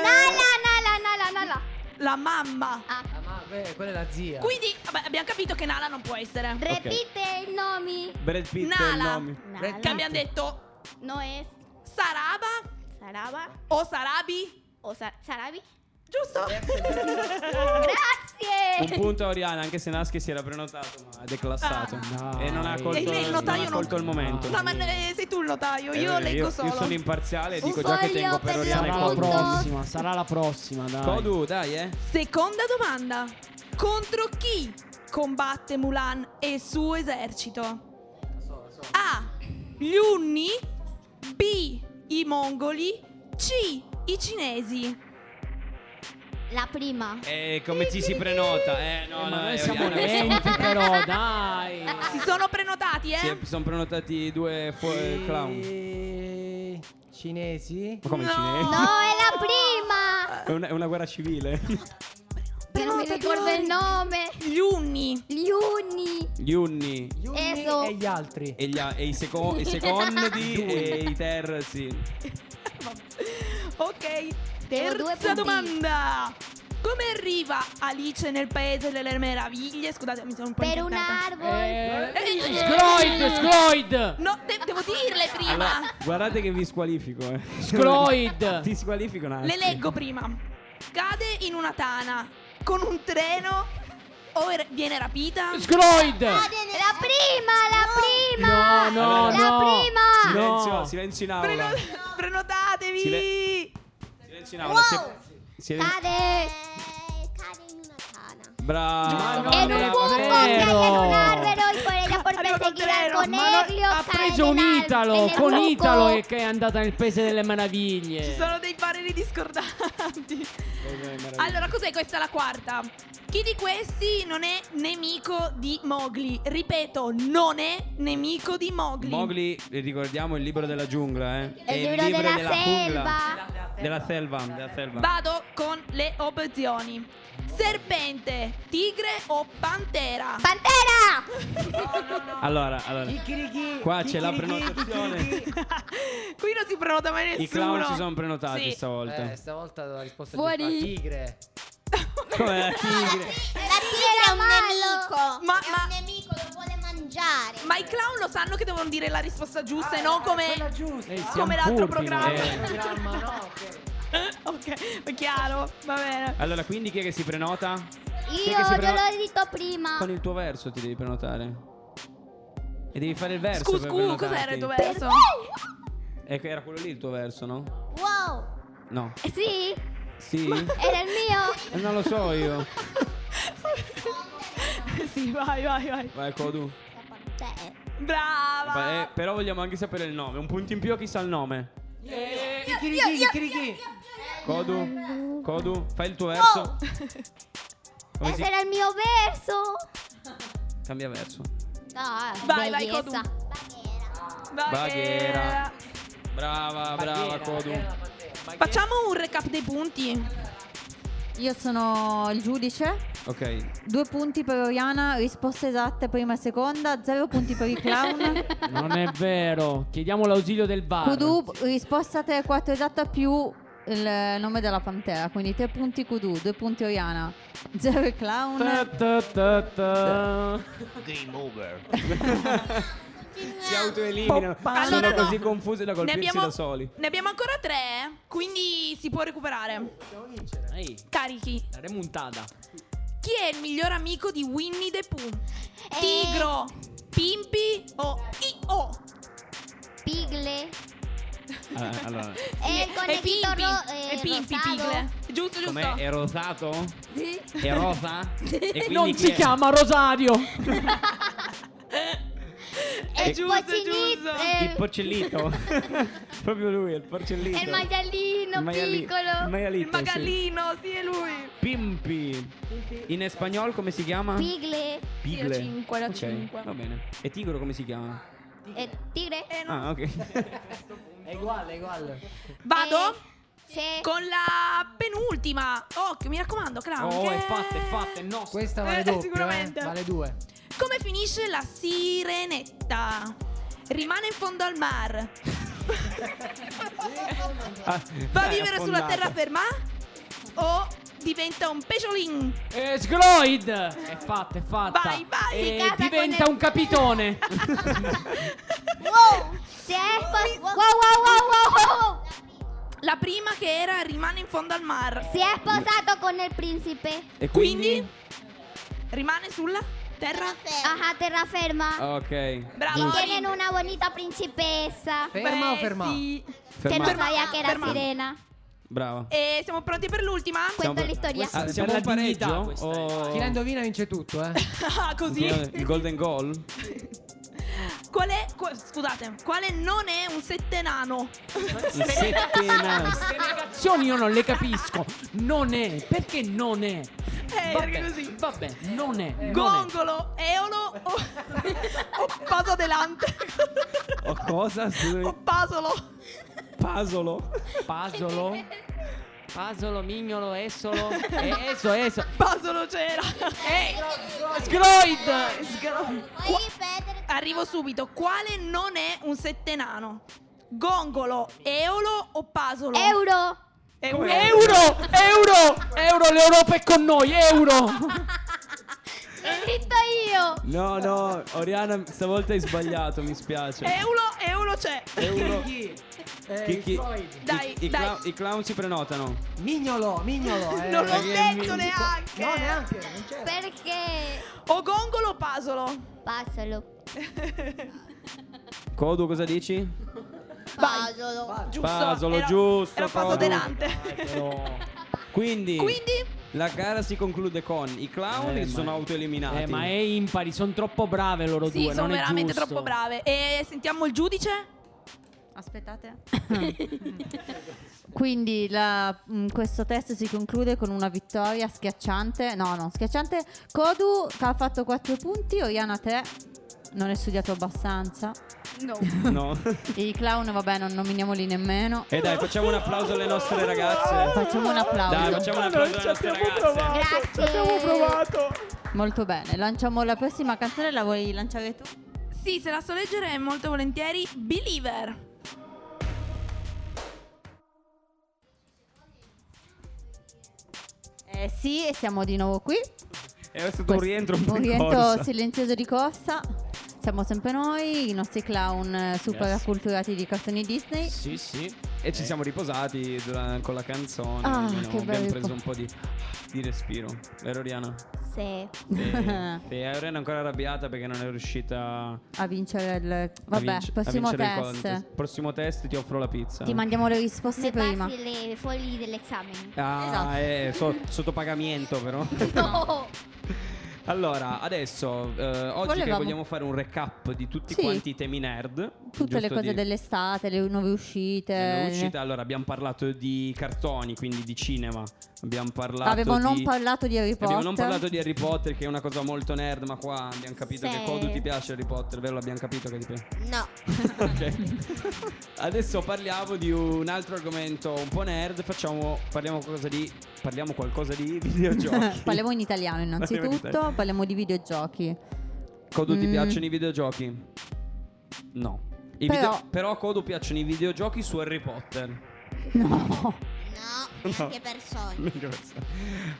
E: Nala, nala, nala, nala.
F: La mamma.
A: Ah, ma beh, quella è la zia.
F: Quindi vabbè, abbiamo capito che Nala non può essere.
E: Repite i nomi.
C: Brad Pitt è il
F: Nala.
C: nome.
E: Nala.
F: Che abbiamo detto
E: No es
F: Saraba
E: Saraba
F: o Sarabi,
E: o Sa- Sarabi.
F: giusto? Eh.
C: Un
E: Grazie.
C: punto a Oriana, anche se Naschi si era prenotato, ma è declassato.
A: Ah,
C: e non ha
A: dai.
C: colto,
F: E lei il notaio
C: non ha
F: non-
C: colto il momento.
F: No, ma eh, sei tu il notaio,
C: Eh,
F: io
C: vabbè,
F: leggo solo.
C: Io sono imparziale e
E: Un
C: dico già che
E: foglio
C: tengo per
E: per
C: Oriana e
A: Sarà la
E: Punto.
C: Kodu.
A: prossima, sarà la prossima, dai.
C: Kodu, dai, eh.
F: Seconda domanda. Contro chi combatte Mulan e il suo esercito? A. Gli Unni B. I Mongoli C. I Cinesi
E: La prima.
C: Eh, come ci si prenota? Eh, no, no,
A: Eh, ma noi
C: eh,
A: siamo
C: Oriana,
A: lenti, però, dai.
F: Si sono prenotati, eh?
C: Si è- sono prenotati due fu- clown.
A: E- Eh, Cinesi?
C: Ma come
F: No.
C: cinesi?
E: No, è la prima.
C: È una, è una guerra civile.
E: Che non mi ricordo il nome.
F: Gli Unni
E: Gli uni.
C: Gli unni
A: Gli uni
E: Eso.
A: e gli altri.
C: e, gli a- e i, seco- i secondi e i terzi.
F: Ok,
E: Devo due punti.
F: terza domanda. Come arriva Alice nel paese delle meraviglie? Scusate, mi sono un po'
E: Per un
F: inquietata.
E: albero.
A: Eh, Scroid, Scroid!
F: No, de- devo dirle prima.
C: Allora, guardate che vi squalifico. Eh.
A: Scroid!
C: Ti squalifico un attimo.
F: Le leggo prima. Cade in una tana con un treno o er- viene rapita?
A: Scroid!
F: Ah,
E: La prima, la prima.
A: eh. No, no,
E: la
A: no.
E: prima.
C: Silenzio,
A: No.
C: silenzio in aula.
F: Preno- prenotatevi.
C: Sile- Silenzio in aula. si- silen-
E: Cade. Cade in una tana.
C: Brava.
A: Ma
E: En
A: non
E: un
A: è
E: buco,
A: vero.
E: cae en un árbol y por ella por
F: Arriba con
E: perseguir al
F: Terero.
A: Ma
E: conejo.
A: no, ha
E: cae
A: preso
E: en
A: un
E: el ar- en
A: Italo,
E: el
A: con
E: buco.
A: Italo e che è andata nel paese delle
C: Eh.
A: meraviglie.
F: Ci sono dei pareri discordanti. Allora, cos'è questa la quarta? Chi di questi non è nemico di Mowgli? Ripeto, non è nemico di Mowgli.
C: Mowgli, eh, ricordiamo il libro della giungla, eh?
E: È il
C: E
E: libro della
C: giungla.
E: selva.
C: Della selva, della selva.
F: Vado con le opzioni. Serpente, tigre o pantera?
E: Pantera!
C: Allora, allora,
A: Chicchirichi,
C: qua c'è la
A: chicchirichi,
C: prenotazione.
A: chicchirichi.
F: Qui non si prenota mai nessuno.
C: I clown si sono prenotati
F: Sì.
C: stavolta.
A: Eh, stavolta la risposta
D: Fuori.
A: è giusta. Tigre.
C: Come la tigre?
E: La tigre è un nemico.
F: Ma-
E: è
F: ma-
E: un nemico, lo vuole mangiare.
F: Ma i clown lo sanno che devono dire la risposta giusta e non come...
A: Quella giusta.
C: Ehi, siamo
F: Come l'altro
C: furbi noi.
F: programma.
C: Eh.
A: Programma, no, ok.
F: ok, è chiaro, va bene.
C: Allora, quindi chi è che si prenota? Perché
E: Io
C: si
E: te
C: prenota-
E: l'ho detto prima.
C: Con il tuo verso ti devi prenotare. E devi fare il verso
F: Scu,
C: per
F: scu, cos'era il tuo
C: prenotarti.
F: verso?
C: Ecco, era quello lì il tuo verso, no?
E: Wow!
C: No.
E: Eh Sì?
C: Sì?
E: Era il mio?
C: Eh, Non lo so io.
F: sì, vai, vai, vai.
C: Vai, ecco tu.
E: La pantera.
F: Brava.
C: Eh, però vogliamo anche sapere il nome. Un punto in più a chi sa il nome.
A: Chicchirichi, chicchirichi.
C: Codu, Codu, fai il tuo verso. Come si...
E: Ese era il mio verso.
C: Cambia verso.
E: No,
F: Vai, vai,
E: bellezza.
F: Codu.
E: Bandiera.
C: Baghera.
A: Ah,
C: Brava, brava
A: Bandiera,
C: Codu.
A: bandiera, bandiera.
F: Facciamo un recap dei punti.
D: Io sono il giudice.
C: Ok,
D: Due punti per Oriana, risposte esatte prima e seconda, zero punti per i clown.
A: Non è vero. Chiediamo l'ausilio del bar.
D: Kudu, risposta 3, 4 esatta più il nome della pantera. Quindi 3 punti Kudu, 2 punti Oriana, 0 il
A: Ta,
D: clown.
A: ta, ta, ta.
C: Si autoeliminano. Sono
F: Allora, no.
C: così confusi da
F: Ne
C: colpirsi
F: abbiamo,
C: da soli.
F: ne abbiamo ancora tre, quindi si può recuperare.
A: Ehi,
F: Carichi.
A: la remontata.
F: Chi è il miglior amico di Winnie the Pooh?
E: Eh.
F: Tigro, Pimpi o I.O.?
E: Pigle.
C: Allora, Eh, allora,
E: È Eh, il
F: E Pimpi,
E: conejito ro- eh,
F: e Pimpi,
E: rosato.
F: Pigle. Giusto, giusto.
C: com'è? È rosato? Sì. È rosa? E quindi
A: Non
C: chi
A: si
C: è?
A: chiama Rosario.
E: È il
F: giusto, è giusto.
C: Il porcellito. Proprio lui, il porcellito.
E: È il maialino
C: Il maiali- il
E: piccolo.
C: maialito,
F: Il
C: sì.
F: magallino, sì, è lui.
C: Pimpi. In spagnolo come si chiama?
E: Pigle.
C: Pigle.
F: Sì, da cinque, da
C: Ok,
F: cinque.
C: Va bene. E tigro come si chiama?
E: Eh, tigre.
F: Eh, no.
C: Ah, ok.
A: È uguale, è uguale.
F: Vado
E: Sì.
F: con la penultima. Occhio, mi raccomando, clown.
C: Oh,
F: che-
C: è fatta, è fatta, è nostra.
A: Questa
F: Eh,
A: vale doppio, eh.
F: sicuramente.
A: Vale due.
F: Come finisce la sirenetta? Rimane in fondo al mar.
C: Ah,
F: Va a
C: dai,
F: vivere sulla
C: affondata.
F: terraferma? O diventa un pesciolin?
A: Eh, Sgroid! È fatta, è fatta.
F: Vai, vai.
A: E
E: Si casa con
A: diventa
E: le-
A: un capitone.
E: Wow. Se è pos- wow, wow, wow, wow, wow.
F: La prima che era rimane in fondo al mar.
E: Si è sposato con il principe.
C: E
F: Quindi rimane sulla terra.
E: Ajá, terraferma.
C: Ok.
A: Cioè,
E: Y
F: Bravo.
E: tienen una bonita principessa.
A: Ferma o ferma?
E: Que no
C: Fermate.
F: Ferma.
E: sabía que era
F: Ferma.
E: sirena.
C: Brava.
F: E siamo pronti per l'ultima?
E: Cuento la
C: Siamo-
E: historia.
C: Ah,
A: Eh, Per
C: siamo
A: la
C: un
A: dignità
C: pareggio?
A: questa è.
C: O...
A: Chi la indovina vince tutto, eh.
F: Ah, Così.
C: Il golden goal?
F: Qual è. qu- scusate, quale non è un settenano?
C: Il sette nani.
A: Queste negazioni io non le capisco. Non è. Perché non è?
F: Eh, perché così.
A: Vabbè, non è. non è.
F: Gongolo, eolo o, o paso delante.
C: O cosa? Scusi.
F: o pasolo.
C: Pasolo.
A: Pasolo. Pasolo, mignolo, esolo. Eh, Eso, eso.
F: Pasolo c'era.
A: Sgroid!
E: Oye, Pedro,
F: Arrivo subito. Quale non è un settenano? Gongolo, eolo o pasolo?
E: Euro.
F: È un
A: Euro! Euro! Euro, l'Europa è con noi, euro!
E: He visto yo.
C: No, no, Oriana, stavolta hai sbagliato, mi
A: Eh,
C: spiace.
F: Eolo, eolo c'è.
C: Euro.
A: Chi?
C: Chi- chi-
F: cioè, Dai,
C: I, i
F: dai.
C: clown- i clown si prenotano.
A: Mignolo, mignolo.
F: Non l'ho detto
C: mitico.
F: neanche.
A: non c'è.
E: Porque.
F: O gongolo o pasolo?
E: Pásalo.
C: Codu, cosa dici?
E: Pásalo.
F: Giusto.
C: Pasolo,
F: era-
C: giusto,
F: Era paso
C: Paolo.
F: delante.
C: Quindi,
F: Quindi?
C: la gara si conclude con i clown
A: Eh,
C: che si sono
A: ma-
C: autoeliminati.
A: Eh, ma è impari, sono troppo brave loro
F: Sì,
A: due.
F: sono
A: non è
F: veramente
A: giusto.
F: troppo brave. E sentiamo il giudice?
D: Aspettate. Quindi la- mh, questo test si conclude con una vittoria schiacciante. No, no, schiacciante. Kodu che ha fatto 4 punti, Oiana 3. Non è studiato abbastanza.
H: No.
C: No.
D: I clown, vabbè, non nominiamoli nemmeno.
C: E dai, facciamo un applauso alle nostre ragazze.
D: Facciamo un
C: Dai,
D: applauso.
C: facciamo un applauso alle nostre ragazze.
E: Grazie. Ci abbiamo provato.
D: Molto bene. Lanciamo la prossima canzone. La vuoi lanciare tu?
F: Sì, se la so leggere molto volentieri, Believer.
D: Eh sì, e siamo di nuovo qui.
C: È stato un rientro un po'
D: Un
C: in
D: rientro
C: corsa.
D: silenzioso di corsa. Siamo sempre noi, i nostri clown eh, super
C: Yes.
D: acculturati di cartoni Disney.
A: Sì, sì.
C: E ci siamo riposati dura- con la canzone.
D: Eh. Ah,
C: almeno
D: che
C: abbiamo
D: bello.
C: preso un po' di, di respiro. Vero Oriana?
E: Sì.
C: Sì. Sì, Oriana è ancora arrabbiata perché non è riuscita
D: a vincere il
C: a,
D: vabbè,
C: vinc- a
D: prossimo
C: vincere il Ah.
D: test.
C: contest. Prossimo test ti offro la pizza.
D: Ti mandiamo le risposte
E: Me
D: prima.
E: passi le foglie dell'esame.
C: Ah,
D: Esatto.
C: eh, so- sotto pagamento però.
D: No.
C: Allora, adesso, eh, oggi che
D: Volevamo-
C: vogliamo fare un recap di tutti
D: Sì.
C: quanti i temi nerd.
D: Tutte le
C: giusto
D: cose
C: di-
D: dell'estate, le nuove uscite.
C: Eh, no, uscita, allora abbiamo parlato di cartoni, quindi di cinema. Abbiamo parlato
D: Avevo
C: di...
D: non parlato di Harry Potter.
C: Abbiamo non parlato di Harry Potter, che è una cosa molto nerd, ma qua abbiamo capito
E: Sì.
C: che Kodu ti piace Harry Potter, vero? L'abbiamo capito che ti piace.
E: No.
C: Ok. Adesso parliamo di un altro argomento un po' nerd. Facciamo, parliamo, qualcosa di, parliamo qualcosa di videogiochi.
D: Parliamo in italiano
C: Parliamo in
D: innanzitutto,
C: italiano.
D: parliamo di videogiochi.
C: Kodu ti
D: Mm.
C: piacciono i videogiochi? No. I
D: Però-
C: video- però a Kodu piacciono i videogiochi su Harry Potter.
D: No.
E: No, neanche per sogno.
C: Meglio questo.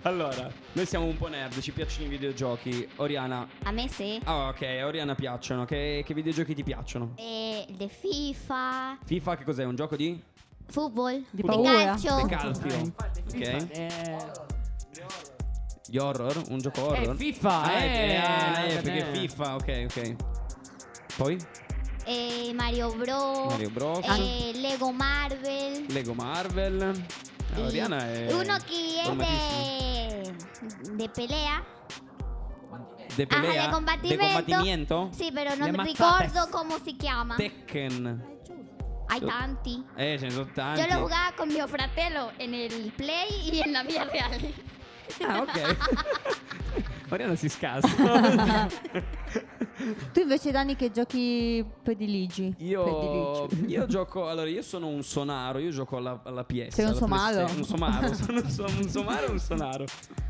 C: Allora, noi siamo un po' nerd, ci piacciono i videogiochi. Oriana,
E: A me sì.
C: ah ok, a Oriana piacciono. Che, che videogiochi ti piacciono?
E: E de FIFA,
C: FIFA che cos'è? Un gioco di?
E: football,
D: Di
E: de
D: paura.
E: calcio.
C: De calcio. Ok.
A: Eh,
C: Gli horror? Un gioco horror?
A: Eh, FIFA,
C: Ah,
A: eh,
C: eh, eh,
A: eh,
C: perché
A: eh.
C: FIFA, ok, ok. Poi?
E: e Mario Bros.
A: Oh.
C: Mario Bros.
E: e Lego Marvel.
C: Lego Marvel. Ah,
E: y
C: Oriana è...
E: Uno que es
C: formatissima.
E: de, de pelea.
C: De
E: Ajá,
C: pelea?
E: de
C: De
E: combatimiento.
C: combattimento?
E: Sí, pero no
A: Le
E: me
A: mazzatas.
E: recuerdo cómo se llama.
C: Tekken.
E: Hay tanti.
C: Eh, ce ne sono tanti.
E: Yo lo jugaba con mi fratelo en el play y en la vida real.
C: Ah, ok. Oriana si scassa.
D: Tu invece Dani che giochi prediligi?
C: Io,
D: Prediligi.
C: io gioco, allora io sono un sonaro, io gioco alla, alla PS.
D: Sei un
C: alla
D: somaro?
C: PlayStation. Un somaro, sono un, som- un somaro e un sonaro.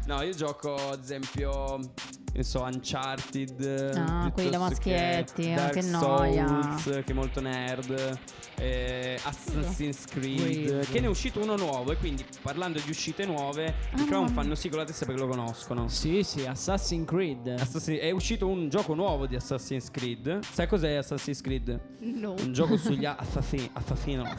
C: No, io gioco ad esempio, non so, Uncharted.
D: Ah, quelli
C: piuttosto
D: da maschietti,
C: che
D: ah,
C: Dark
D: che noia.
C: Souls, che è molto nerd. eh, Assassin's Creed,
A: Creed.
C: che ne è uscito uno nuovo. E quindi parlando di uscite nuove,
D: Ah,
C: i clown fanno sì con la testa perché lo conoscono.
A: Sì, sì, Assassin's Creed.
C: Assassin- è uscito un gioco nuovo di Assassin's Creed. Sai cos'è Assassin's Creed?
H: No.
C: Un gioco sugli a- assassini, assassinos.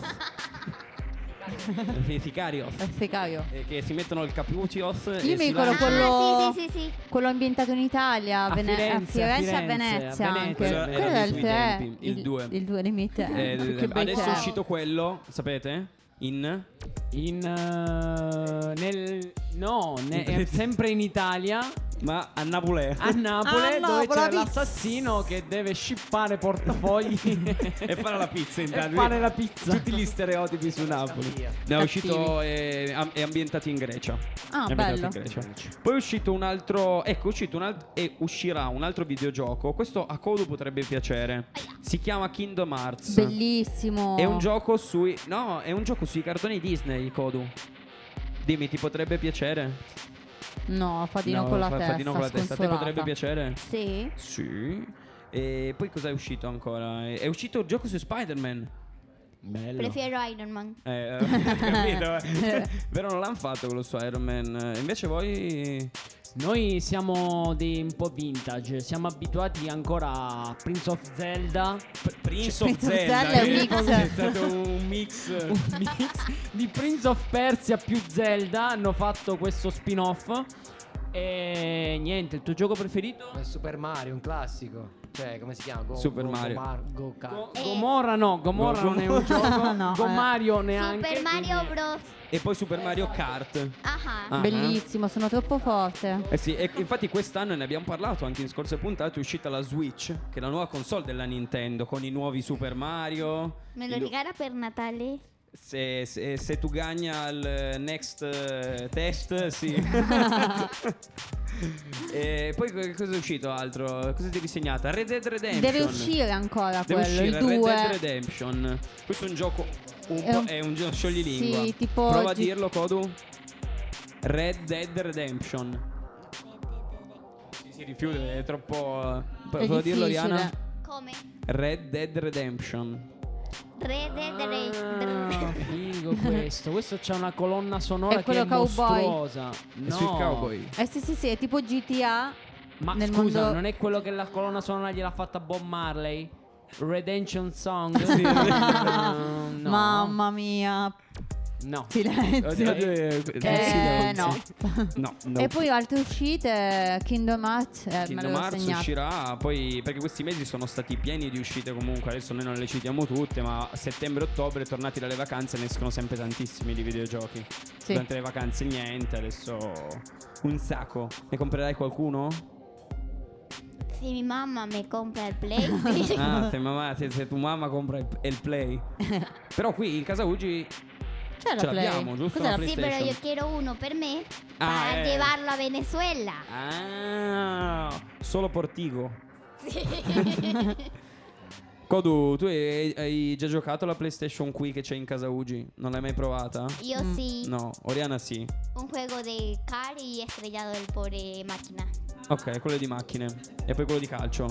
C: I sicarios.
D: Eh, Fecaio.
C: eh, Che si mettono il cappuccios e
D: Io mi
C: si
D: ricordo
C: lanciano-
D: quello-
E: Ah, sí, sí, sí, sí.
D: Quello ambientato in Italia, a,
A: A
D: Vene- a
A: Firenze, a
D: Firenze, a
A: Firenze, a
D: Venezia
A: Venezia.
D: anche.
A: Quello
C: era
D: Quello era
C: dei
D: il
C: suoi
D: 3,
C: tempi, il due.
D: Il 2 dei miei tempi.
C: Eh,
D: Che bei
C: adesso è
D: tempi.
C: uscito quello, sapete? In
A: In. eh, nel. No, ne- è sempre in Italia.
C: ma a Napoli.
A: A
F: Ah,
A: Napoli,
D: A
A: dove
D: Napoli,
A: c'è
D: pizza.
A: l'assassino che deve scippare portafogli
C: e fare la pizza intanto.
A: E fare la pizza.
C: Tutti gli stereotipi su Napoli. Ne è
D: Cattivi.
C: uscito eh, am- è ambientato in Grecia.
D: Ah,
C: È ambientato
D: bello.
C: in Grecia. Poi è uscito un altro ecco, è uscito un alt- e uscirà un altro videogioco. Questo a Kodu potrebbe piacere. Si chiama Kingdom Hearts.
D: Bellissimo.
C: È un gioco sui No, è un gioco sui cartoni Disney, Kodu. Dimmi, ti potrebbe piacere?
D: No, fadino
C: No,
D: con la
C: fa-
D: testa.
C: Fadino con la testa. Ti
D: sconsolata.
C: potrebbe piacere?
D: Sì.
C: Sì. E poi cos'è uscito ancora? È è uscito il gioco su Spider-Man.
A: Bello.
E: Prefiero Iron Man.
C: Eh, eh, capito? eh. Però non l'hanno fatto quello su Iron Man. Eh, Invece voi.
A: Noi siamo dei un po' vintage, siamo abituati ancora a Prince of Zelda,
C: Prince eh,
D: of Prince of Zelda, Zelda è un che mix.
C: È stato un mix.
A: un mix di Prince of Persia più Zelda, hanno fatto questo spin-off E niente, il tuo gioco preferito?
H: Ma è Super Mario, un classico. Cioè, come si chiama? Go-
C: Super
H: Go-
C: Mario.
H: Gomar- Go- Ka-
A: Go-
E: Eh.
A: Gomorra no, Gomorra
C: Go-
A: non è un gioco,
D: No,
A: Go
D: eh.
A: Mario neanche.
E: Super Mario
A: quindi-
E: Bros.
C: E poi Super Mario Kart.
E: Aha.
C: Ah,
D: Bellissimo, sono troppo forte.
C: Eh sì, e infatti quest'anno ne abbiamo parlato anche in scorse puntate, è uscita la Switch, che è la nuova console della Nintendo, con i nuovi Super Mario.
E: Me lo
C: il-
E: regala per Natale?
C: Se, se- se tu gagna il next eh, test, sì. e poi co- cosa è uscito altro? Cosa ti è risegnata? Red Dead Redemption.
D: Deve uscire ancora
C: Deve
D: quello,
C: uscire
D: il
C: Red Dead
D: 2.
C: Redemption. Questo è un gioco... Un
D: È
C: po',
D: un-
C: è un gioco scioglilingua.
D: Sì, tipo
C: Prova a
D: G-
C: dirlo, Kodu. Red Dead Redemption. Si, si rifiuta, è troppo... eh. Prova a dirlo, Rihanna.
E: Come?
C: Red Dead Redemption.
E: Re, re, re,
A: Ah,
E: re.
A: figo questo. Questo c'ha una colonna
D: È
A: sonora che
D: quello
A: è
D: cowboy.
A: mostruosa.
C: È sui
A: No.
C: cowboy.
D: Eh sì sì sì, è tipo GTA.
A: Ma
D: Nel
A: scusa,
D: mondo-
A: non è quello che la colonna sonora gliel'ha fatta Bob Marley? Redemption Song?
C: Sì.
A: Ah, no.
D: Mamma mia.
A: No.
D: Silenzio.
A: Oddio.
D: Eh, no.
C: No, no.
D: E poi altre uscite, Kingdom Hearts, eh, me
C: Kingdom
D: l'avevo
C: Hearts
D: segnato.
C: uscirà poi perché questi mesi sono stati pieni di uscite comunque adesso noi non le citiamo tutte ma a settembre ottobre tornati dalle vacanze ne escono sempre tantissimi di videogiochi
D: Sì.
C: durante le vacanze niente adesso un sacco ne comprerai qualcuno?
E: Se mi mamma mi compra il PlayStation.
C: ah se, mamma, se, se tu mamma compra il, il play però qui in casa Ugi
D: C'è la
C: ce
D: Play.
C: l'abbiamo giusto?
D: Cos'è
C: La
D: la
E: sì, pero
C: PlayStation
E: yo quiero uno per me
C: Ah,
E: para
C: eh.
E: llevarlo a Venezuela.
C: ah solo Portigo Kodu, tu hai, hai già giocato alla PlayStation qui che c'è in casa Ugi? Non l'hai mai provata?
E: Yo sí,
C: No, Oriana sì.
E: un juego de car y estrellado del pobre máquina.
C: Ok, quello di macchine. E poi quello di calcio.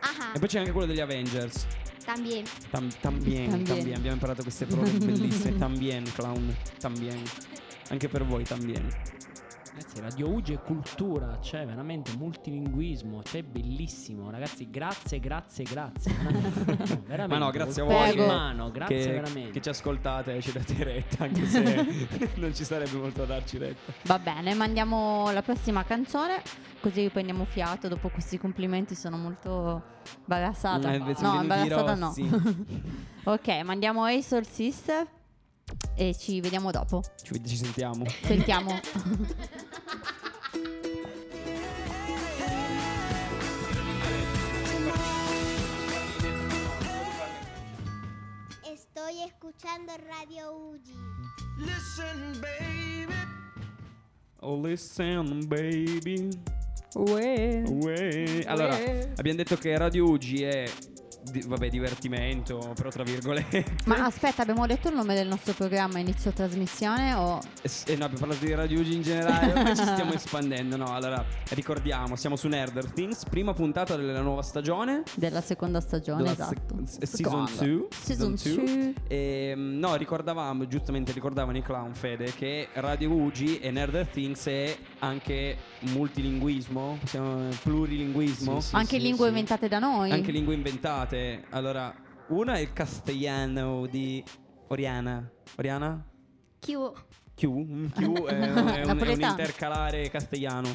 E: Ajá,
C: E poi c'è anche quello degli Avengers.
E: también.
C: Tam, tambien,
D: Tambien.
C: tambien. Abbiamo imparato queste parole bellissime. Tambien, clown. Tambien. Anche per voi, tambien.
A: Ragazzi, Radio Uge è cultura, cioè veramente multilinguismo, cioè bellissimo. Ragazzi, grazie, grazie, grazie. veramente.
C: Ma no, grazie a
A: col cuore
C: voi.
A: in
C: che-
A: mano, grazie
C: che,
A: veramente.
C: che ci ascoltate e ci date retta. Anche se non ci sarebbe molto a darci retta.
D: Va bene, mandiamo la prossima canzone, così riprendiamo fiato dopo questi complimenti, sono molto imbarazzata.
C: Eh, sono
D: no,
C: venuti
D: imbarazzata no.
C: rossi.
D: ok, mandiamo Hey Soul Sister e ci vediamo dopo.
C: Ci, ci sentiamo.
D: Sentiamo.
E: Estoy escuchando Radio Uji.
C: Oh, listen, baby. Uè. Allora, abbiamo detto che Radio Ugi è. di- vabbè, divertimento, però tra virgolette.
D: Ma aspetta, abbiamo detto il nome del nostro programma inizio trasmissione o
C: E s- e Eh, no, abbiamo parlato di Radio Ugi in generale. ma ci stiamo espandendo, no? Allora, ricordiamo, siamo su Nerder Things, prima puntata della nuova stagione.
D: della seconda stagione,
C: della
D: esatto.
C: sec- s- season
D: Seconda.
C: 2
D: Season 2.
C: Ehm, no ricordavamo giustamente ricordavano i clown Fede che Radio Ugi e Nerd Things è anche multilinguismo possiamo- plurilinguismo
H: Sì, sì,
D: Anche lingue inventate da noi.
C: anche lingue inventate. Allora, una è il castellano di Oriana. Oriana?
E: Q.
C: Q? Mm, Q è, è un, è un
D: Napoletano.
C: intercalare castellano.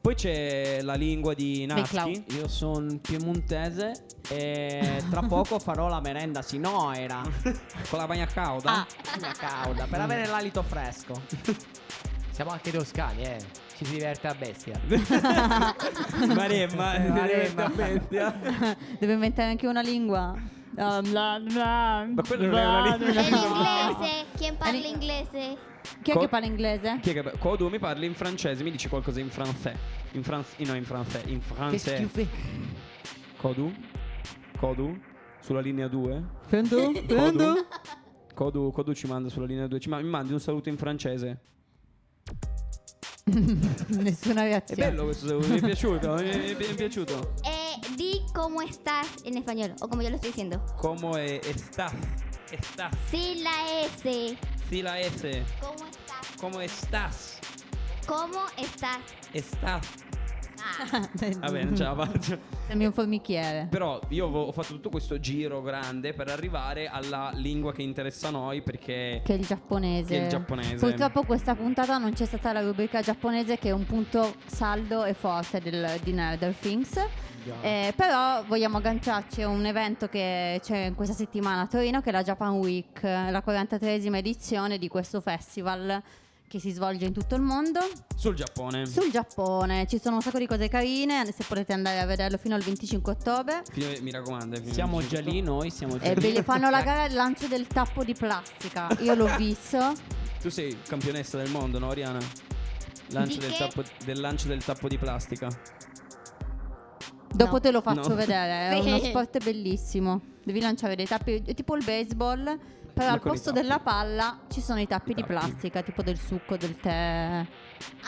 C: Poi c'è la lingua di Naschi.
D: clown.
A: Io sono piemontese e tra poco farò la merenda sinoera
C: Con la bagna cauda.
D: Ah.
E: Ah.
A: una cauda per avere l'alito fresco.
H: Siamo anche toscani, eh. Ci si diverte a bestia.
C: Maremma. eh,
H: Maremma.
C: bestia.
D: Deve inventare anche una lingua. Ehm, Ma
C: Ma quello non è una lingua.
E: El inglese. ¿Quién parla inglés?
D: Chi è
C: Co-
D: che parla inglese?
C: Chi è che- Codu mi parli in francese, mi dici qualcosa in francese. In francese, no, in francese, in francese. Codu? Codu? Sulla linea 2?
D: Prendo,
C: Codu? Codu, Codu ci manda sulla linea 2, ci ma- mi mandi un saluto in francese.
D: Nessuna
C: È
D: reazione.
C: bello questo saluto, mi è piaciuto, mi è, mi è piaciuto.
E: Eh, di cómo estás en español, o como yo lo estoy diciendo.
C: Como è sta? Sta,
E: Sí, la S.
C: sì la S.
E: ¿Cómo estás?
C: Como estás?
E: ¿Cómo estás?
C: Sta. Eh, Va bene, ce la faccio.
D: Sembri un formichiere.
C: Però io vo- ho fatto tutto questo giro grande per arrivare alla lingua che interessa a noi perché...
D: Che è il giapponese.
C: Che è il giapponese.
D: Purtroppo questa puntata non c'è stata la rubrica giapponese che è un punto saldo e forte del- di Nerder Things. Eh, però vogliamo agganciarci a un evento che c'è in questa settimana a Torino che è la Japan Week, la 43esima edizione di questo festival che si svolge in tutto il mondo.
C: Sul Giappone.
D: Sul Giappone ci sono un sacco di cose carine, se potete andare a vederlo fino al 25 ottobre.
C: Fino- Mi raccomando. fino-
A: Siamo già lì noi, siamo già
D: E
A: lì.
D: ve- fanno la gara al lancio del tappo di plastica. Io l'ho visto.
C: Tu sei campionessa del mondo, no, Oriana? Lancio
E: Di
C: del,
E: che?
C: tappo, del lancio del tappo di plastica.
D: Dopo
E: No.
D: te lo faccio
C: No.
D: vedere, è
E: Sì.
D: uno sport bellissimo. Devi lanciare dei tappi, è tipo il baseball, però
C: Ma
D: al
C: con i
D: posto
C: tappi.
D: della palla ci sono i tappi
C: I
D: di
C: tappi.
D: plastica, tipo del succo, del tè,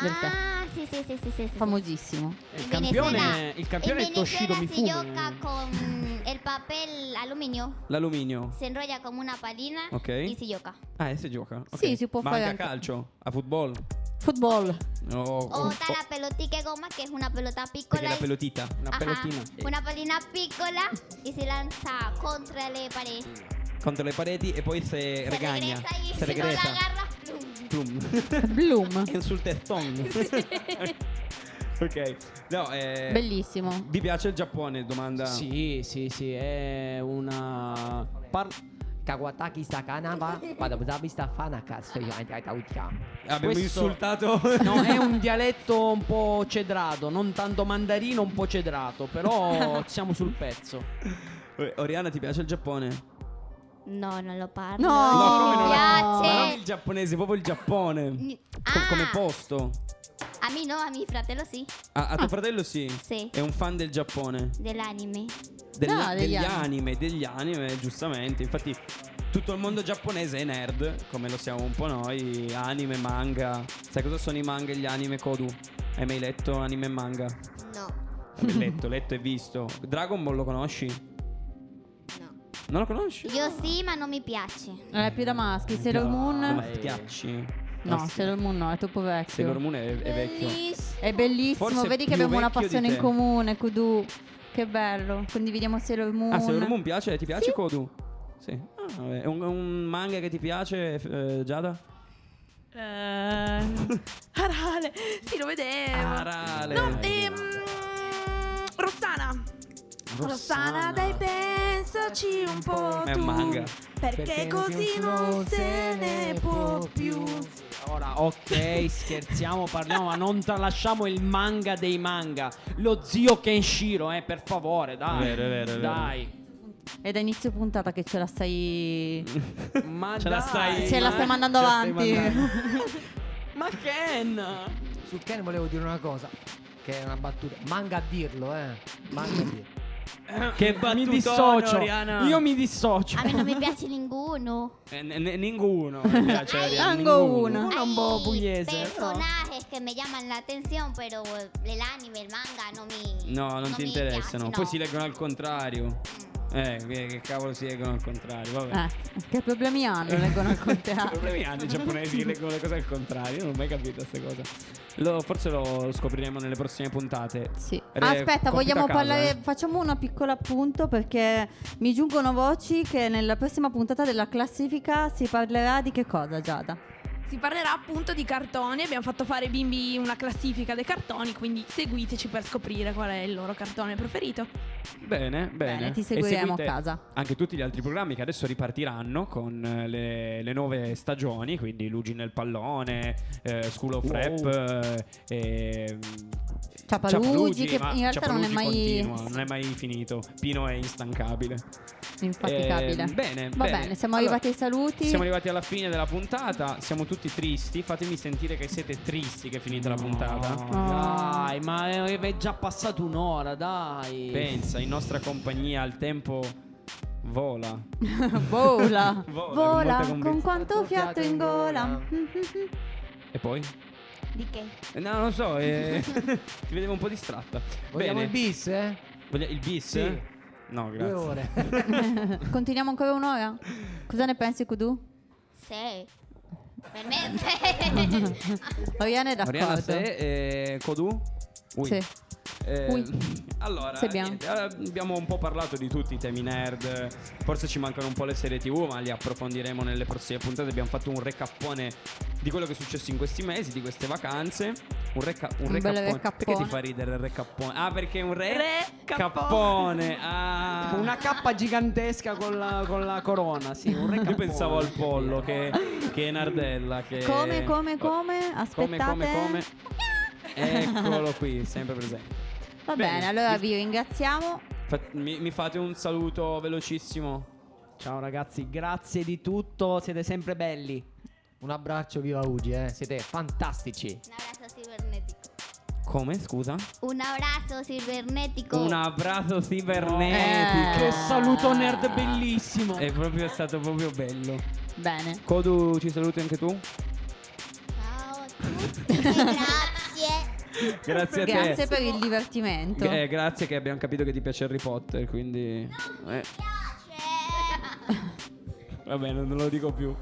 D: del tè.
E: Ah, sì, sì, sì, sì, sì, sì.
D: Famosissimo.
A: Il
E: In
A: campione,
E: Venezuela-
A: il campione è
E: in
A: Toshido
E: Venezuela si
A: Mifune.
E: gioca con el papel aluminio.
C: L'alluminio.
E: Se enrolla come una palina
C: Ok.
E: y se gioca.
C: Ah, e si gioca. ok.
D: Sì, si può
C: Ma
D: fare
C: anche a
D: anche.
C: calcio, a football.
D: Football.
C: O,
E: O
C: o-
E: está la pelotica de goma, que es una pelota
C: perché
E: piccola.
C: la
E: y-
C: pelotita.
A: Una
E: Ajá,
A: pelotina.
C: Eh.
E: Una palina piccola y se lanza contra la pared.
C: Contro le pareti e poi se,
E: Se
C: regagna.
E: regresa y
C: se
E: si no la
C: regresa.
E: agarras, plum.
C: Plum.
D: Bloom.
C: E sul testone. ok. No, eh,
D: Bellissimo.
C: Vi piace il Giappone? Domanda.
A: Sì, sì, sì, è una... Par-
H: Kawataki sta canava, Padabuzabi sta fana cazzo io anche ai tautia.
C: Abbiamo
A: questo-
C: insultato.
A: No, è un dialetto un po' cedrato, non tanto mandarino, un po' cedrato, però siamo sul pezzo.
C: Oriana, ti piace il Giappone?
E: No, no lo parlo.
D: No,
C: No,
E: No,
C: come
E: mi
C: no? Ma non
E: piace.
C: il giapponese, proprio il Giappone.
E: Ni-
C: Co- come
E: Ah.
C: posto.
E: A mí no, a mi fratelo sí.
C: A, a tuo fratello sì.
E: Sì.
C: È un fan del Giappone.
E: Del anime.
C: Della-
D: Ah,
C: degli
D: degli
C: anime, degli anime, giustamente. Infatti tutto il mondo giapponese è nerd, come lo siamo un po' noi. Anime, manga. Sai cosa sono i manga e gli anime, Kodu? Hai mai letto anime e manga?
E: No,
C: Vabbè, letto, letto e visto. Dragon Ball lo conosci?
E: no.
C: Non lo conosci?
E: Yo sí, ma no mi piace.
D: Non è Eh, più da maschi. Sailor
C: No,
D: Moon.
C: ma ti piacci?
D: No,
C: Anzi,
D: Sailor Moon no, è troppo
C: Sailor
D: vecchio.
C: Moon è, è vecchio.
D: È bellissimo,
C: Forse è
D: vedi che
C: più
D: abbiamo una
C: vecchio di
D: passione in
C: te.
D: comune, Kudu. Che bello. Condividiamo Sailor Moon.
C: Ah, Sailor Moon piace? Ti piace Kodu? Sì. Ah, vabbè. è un, è un manga che ti piace, eh, Giada?
F: Ehm, Arale, sì, lo vedevo.
C: Arale.
F: No, ehm, Rossana. Rossana, dai, pensaci un po'.
C: È
F: tu,
C: un manga.
F: Perché, così non se ne può più.
A: Ora, ok, scherziamo, parliamo, ma non tralasciamo il manga dei manga. Lo zio Kenshiro, eh, per favore, dai.
C: Vero, è vero, è vero.
A: Dai.
D: È da inizio puntata che ce la stai.
A: Ma
C: Ce la
A: dai,
C: stai-
D: Ce la
A: ma-
D: stai mandando
C: ce la stai
D: avanti.
C: mandando.
A: Ma Ken!
H: Su Ken volevo dire una cosa, che è una battuta. Manga a dirlo, eh. Manga a dirlo.
C: Che
A: Mi
C: battutone,
A: dissocio.
C: Oriana.
A: Io mi dissocio.
E: A mí no me piace ninguno.
C: Eh, ne- ne- ninguno. mi piace,
E: Ai,
C: Oriana,
D: Ango
C: ninguno.
D: uno.
A: Uno un po' pugliese. però.
E: personajes que me llaman la atención, pero el anime, el manga no me. mm,
C: No, non ti
E: mi
C: interessano.
E: piace,
C: Poi
E: no.
C: si leggono al contrario. Eh, che, che cavolo si leggono al contrario? Vabbè.
D: Eh, che problemi hanno?
C: Eh.
D: Leggono al
C: Che
D: contrario.
C: problemi hanno i giapponesi che leggono le cose al contrario? Non ho mai capito queste cose. Lo- forse lo scopriremo nelle prossime puntate.
D: Sì.
C: Re- compito
D: Aspetta, vogliamo
C: a casa,
D: parlare.
C: eh.
D: Facciamo un piccolo appunto perché mi giungono voci che nella prossima puntata della classifica si parlerà di che cosa, Giada?
F: Si parlerà appunto di cartoni. Abbiamo fatto fare ai bimbi una classifica dei cartoni, quindi seguiteci per scoprire qual è il loro cartone preferito.
C: Bene, bene.
D: ti
C: E
D: seguiremo
C: seguite
D: a casa.
C: Anche tutti gli altri programmi che adesso ripartiranno con eh, le, le nuove stagioni, quindi Luigi nel pallone, eh, School of
A: Wow.
C: Rap, eh, e,
D: Ciapalugi,
C: Ciapalugi,
D: che
C: ma
D: in realtà non è
C: Ciapalugi
D: mai-
C: continua, non è mai finito. Pino è instancabile.
D: Infaticabile.
C: Eh, bene,
D: Va bene, siamo arrivati ai saluti.
C: Siamo arrivati alla fine della puntata, siamo tutti tristi, fatemi sentire che siete tristi che è finita la puntata.
A: No, Dai, ma è è già passata un'ora, dai.
C: Pensa, in nostra compagnia il tempo vola. Vola,
D: Vola.
C: con molta
D: Vola con
C: convinzione.
D: quanto fiato in gola.
C: E poi?
E: ¿Di qué?
C: Eh, No, non lo so, eh, ti vedevo un po' distratta.
H: Vogliamo
C: Bene.
H: il bis, eh?
C: Voglia- il bis?
H: Sì.
C: No,
H: Due
C: grazie.
H: ore.
D: Continuiamo ancora un'ora? Cosa ne pensi, Kudu?
E: Sí. Permíteme.
D: Oriana è d'accordo.
C: Oriana, se eh, Kodu? Ui.
D: Sì.
C: Eh,
D: Ui.
C: allora,
D: Se abbiamo.
C: niente, allora, abbiamo un po' parlato di tutti i temi nerd. Forse ci mancano un po' le serie TV, ma li approfondiremo nelle prossime puntate. Abbiamo fatto un recappone di quello che è successo in questi mesi, di queste vacanze. Un, reca- un,
D: Un bel
C: recappone.
D: recappone.
C: Perché ti fa ridere il recappone? Ah, perché è un re.
F: Recappone.
C: Cappone. Ah.
A: Una cappa gigantesca con la, con la corona, sì, un
C: Io
A: recappone.
C: pensavo al pollo che, che è Nardella. Che... Oh,
D: Come, come, come?
C: Come, come,
D: Aspettate.
C: come? Eccolo qui, sempre presente.
D: Va
C: Bene.
D: bene, allora vi ringraziamo.
C: Fa- mi, mi fate un saluto velocissimo?
A: Ciao ragazzi, grazie di tutto, siete sempre belli.
H: Un abbraccio, viva Ugi, eh. Siete fantastici.
E: Un abrazo cibernético.
C: Come, scusa?
E: Un abrazo cibernético.
C: Un abbraccio cibernetico.
D: Eh.
A: Che saluto nerd bellissimo.
C: È proprio è stato proprio bello.
D: Bene.
C: Kodu, ci saluti anche tu?
E: Ciao a tutti. Grazie.
C: Grazie a te.
D: Grazie per il divertimento.
C: G- eh, grazie che abbiamo capito che ti piace Harry Potter, quindi... Eh,
E: Grazie.
C: vabbè, non, non lo dico più.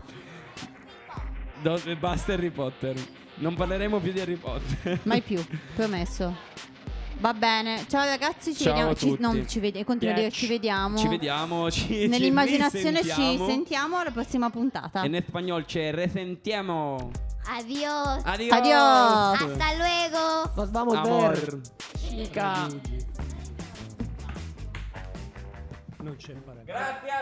C: Do- basta Harry Potter. Non parleremo più di Harry Potter.
D: Mai più, promesso. Va bene. Ciao ragazzi, ci
C: Ciao
D: vediamo.
C: a
D: Ci,
C: tutti.
D: non ci vediamo, continuo a dire ci vediamo.
C: Ci vediamo, ci ci
D: Nell'immaginazione ci
C: risentiamo.
D: sentiamo alla prossima puntata.
C: En español, che resentiamo.
E: Adiós.
C: Adiós.
D: Adiós.
E: Hasta luego.
H: Nos vamos
C: Amor.
H: ver.
A: Chica.
I: Non c'è imparare.
C: Gracias,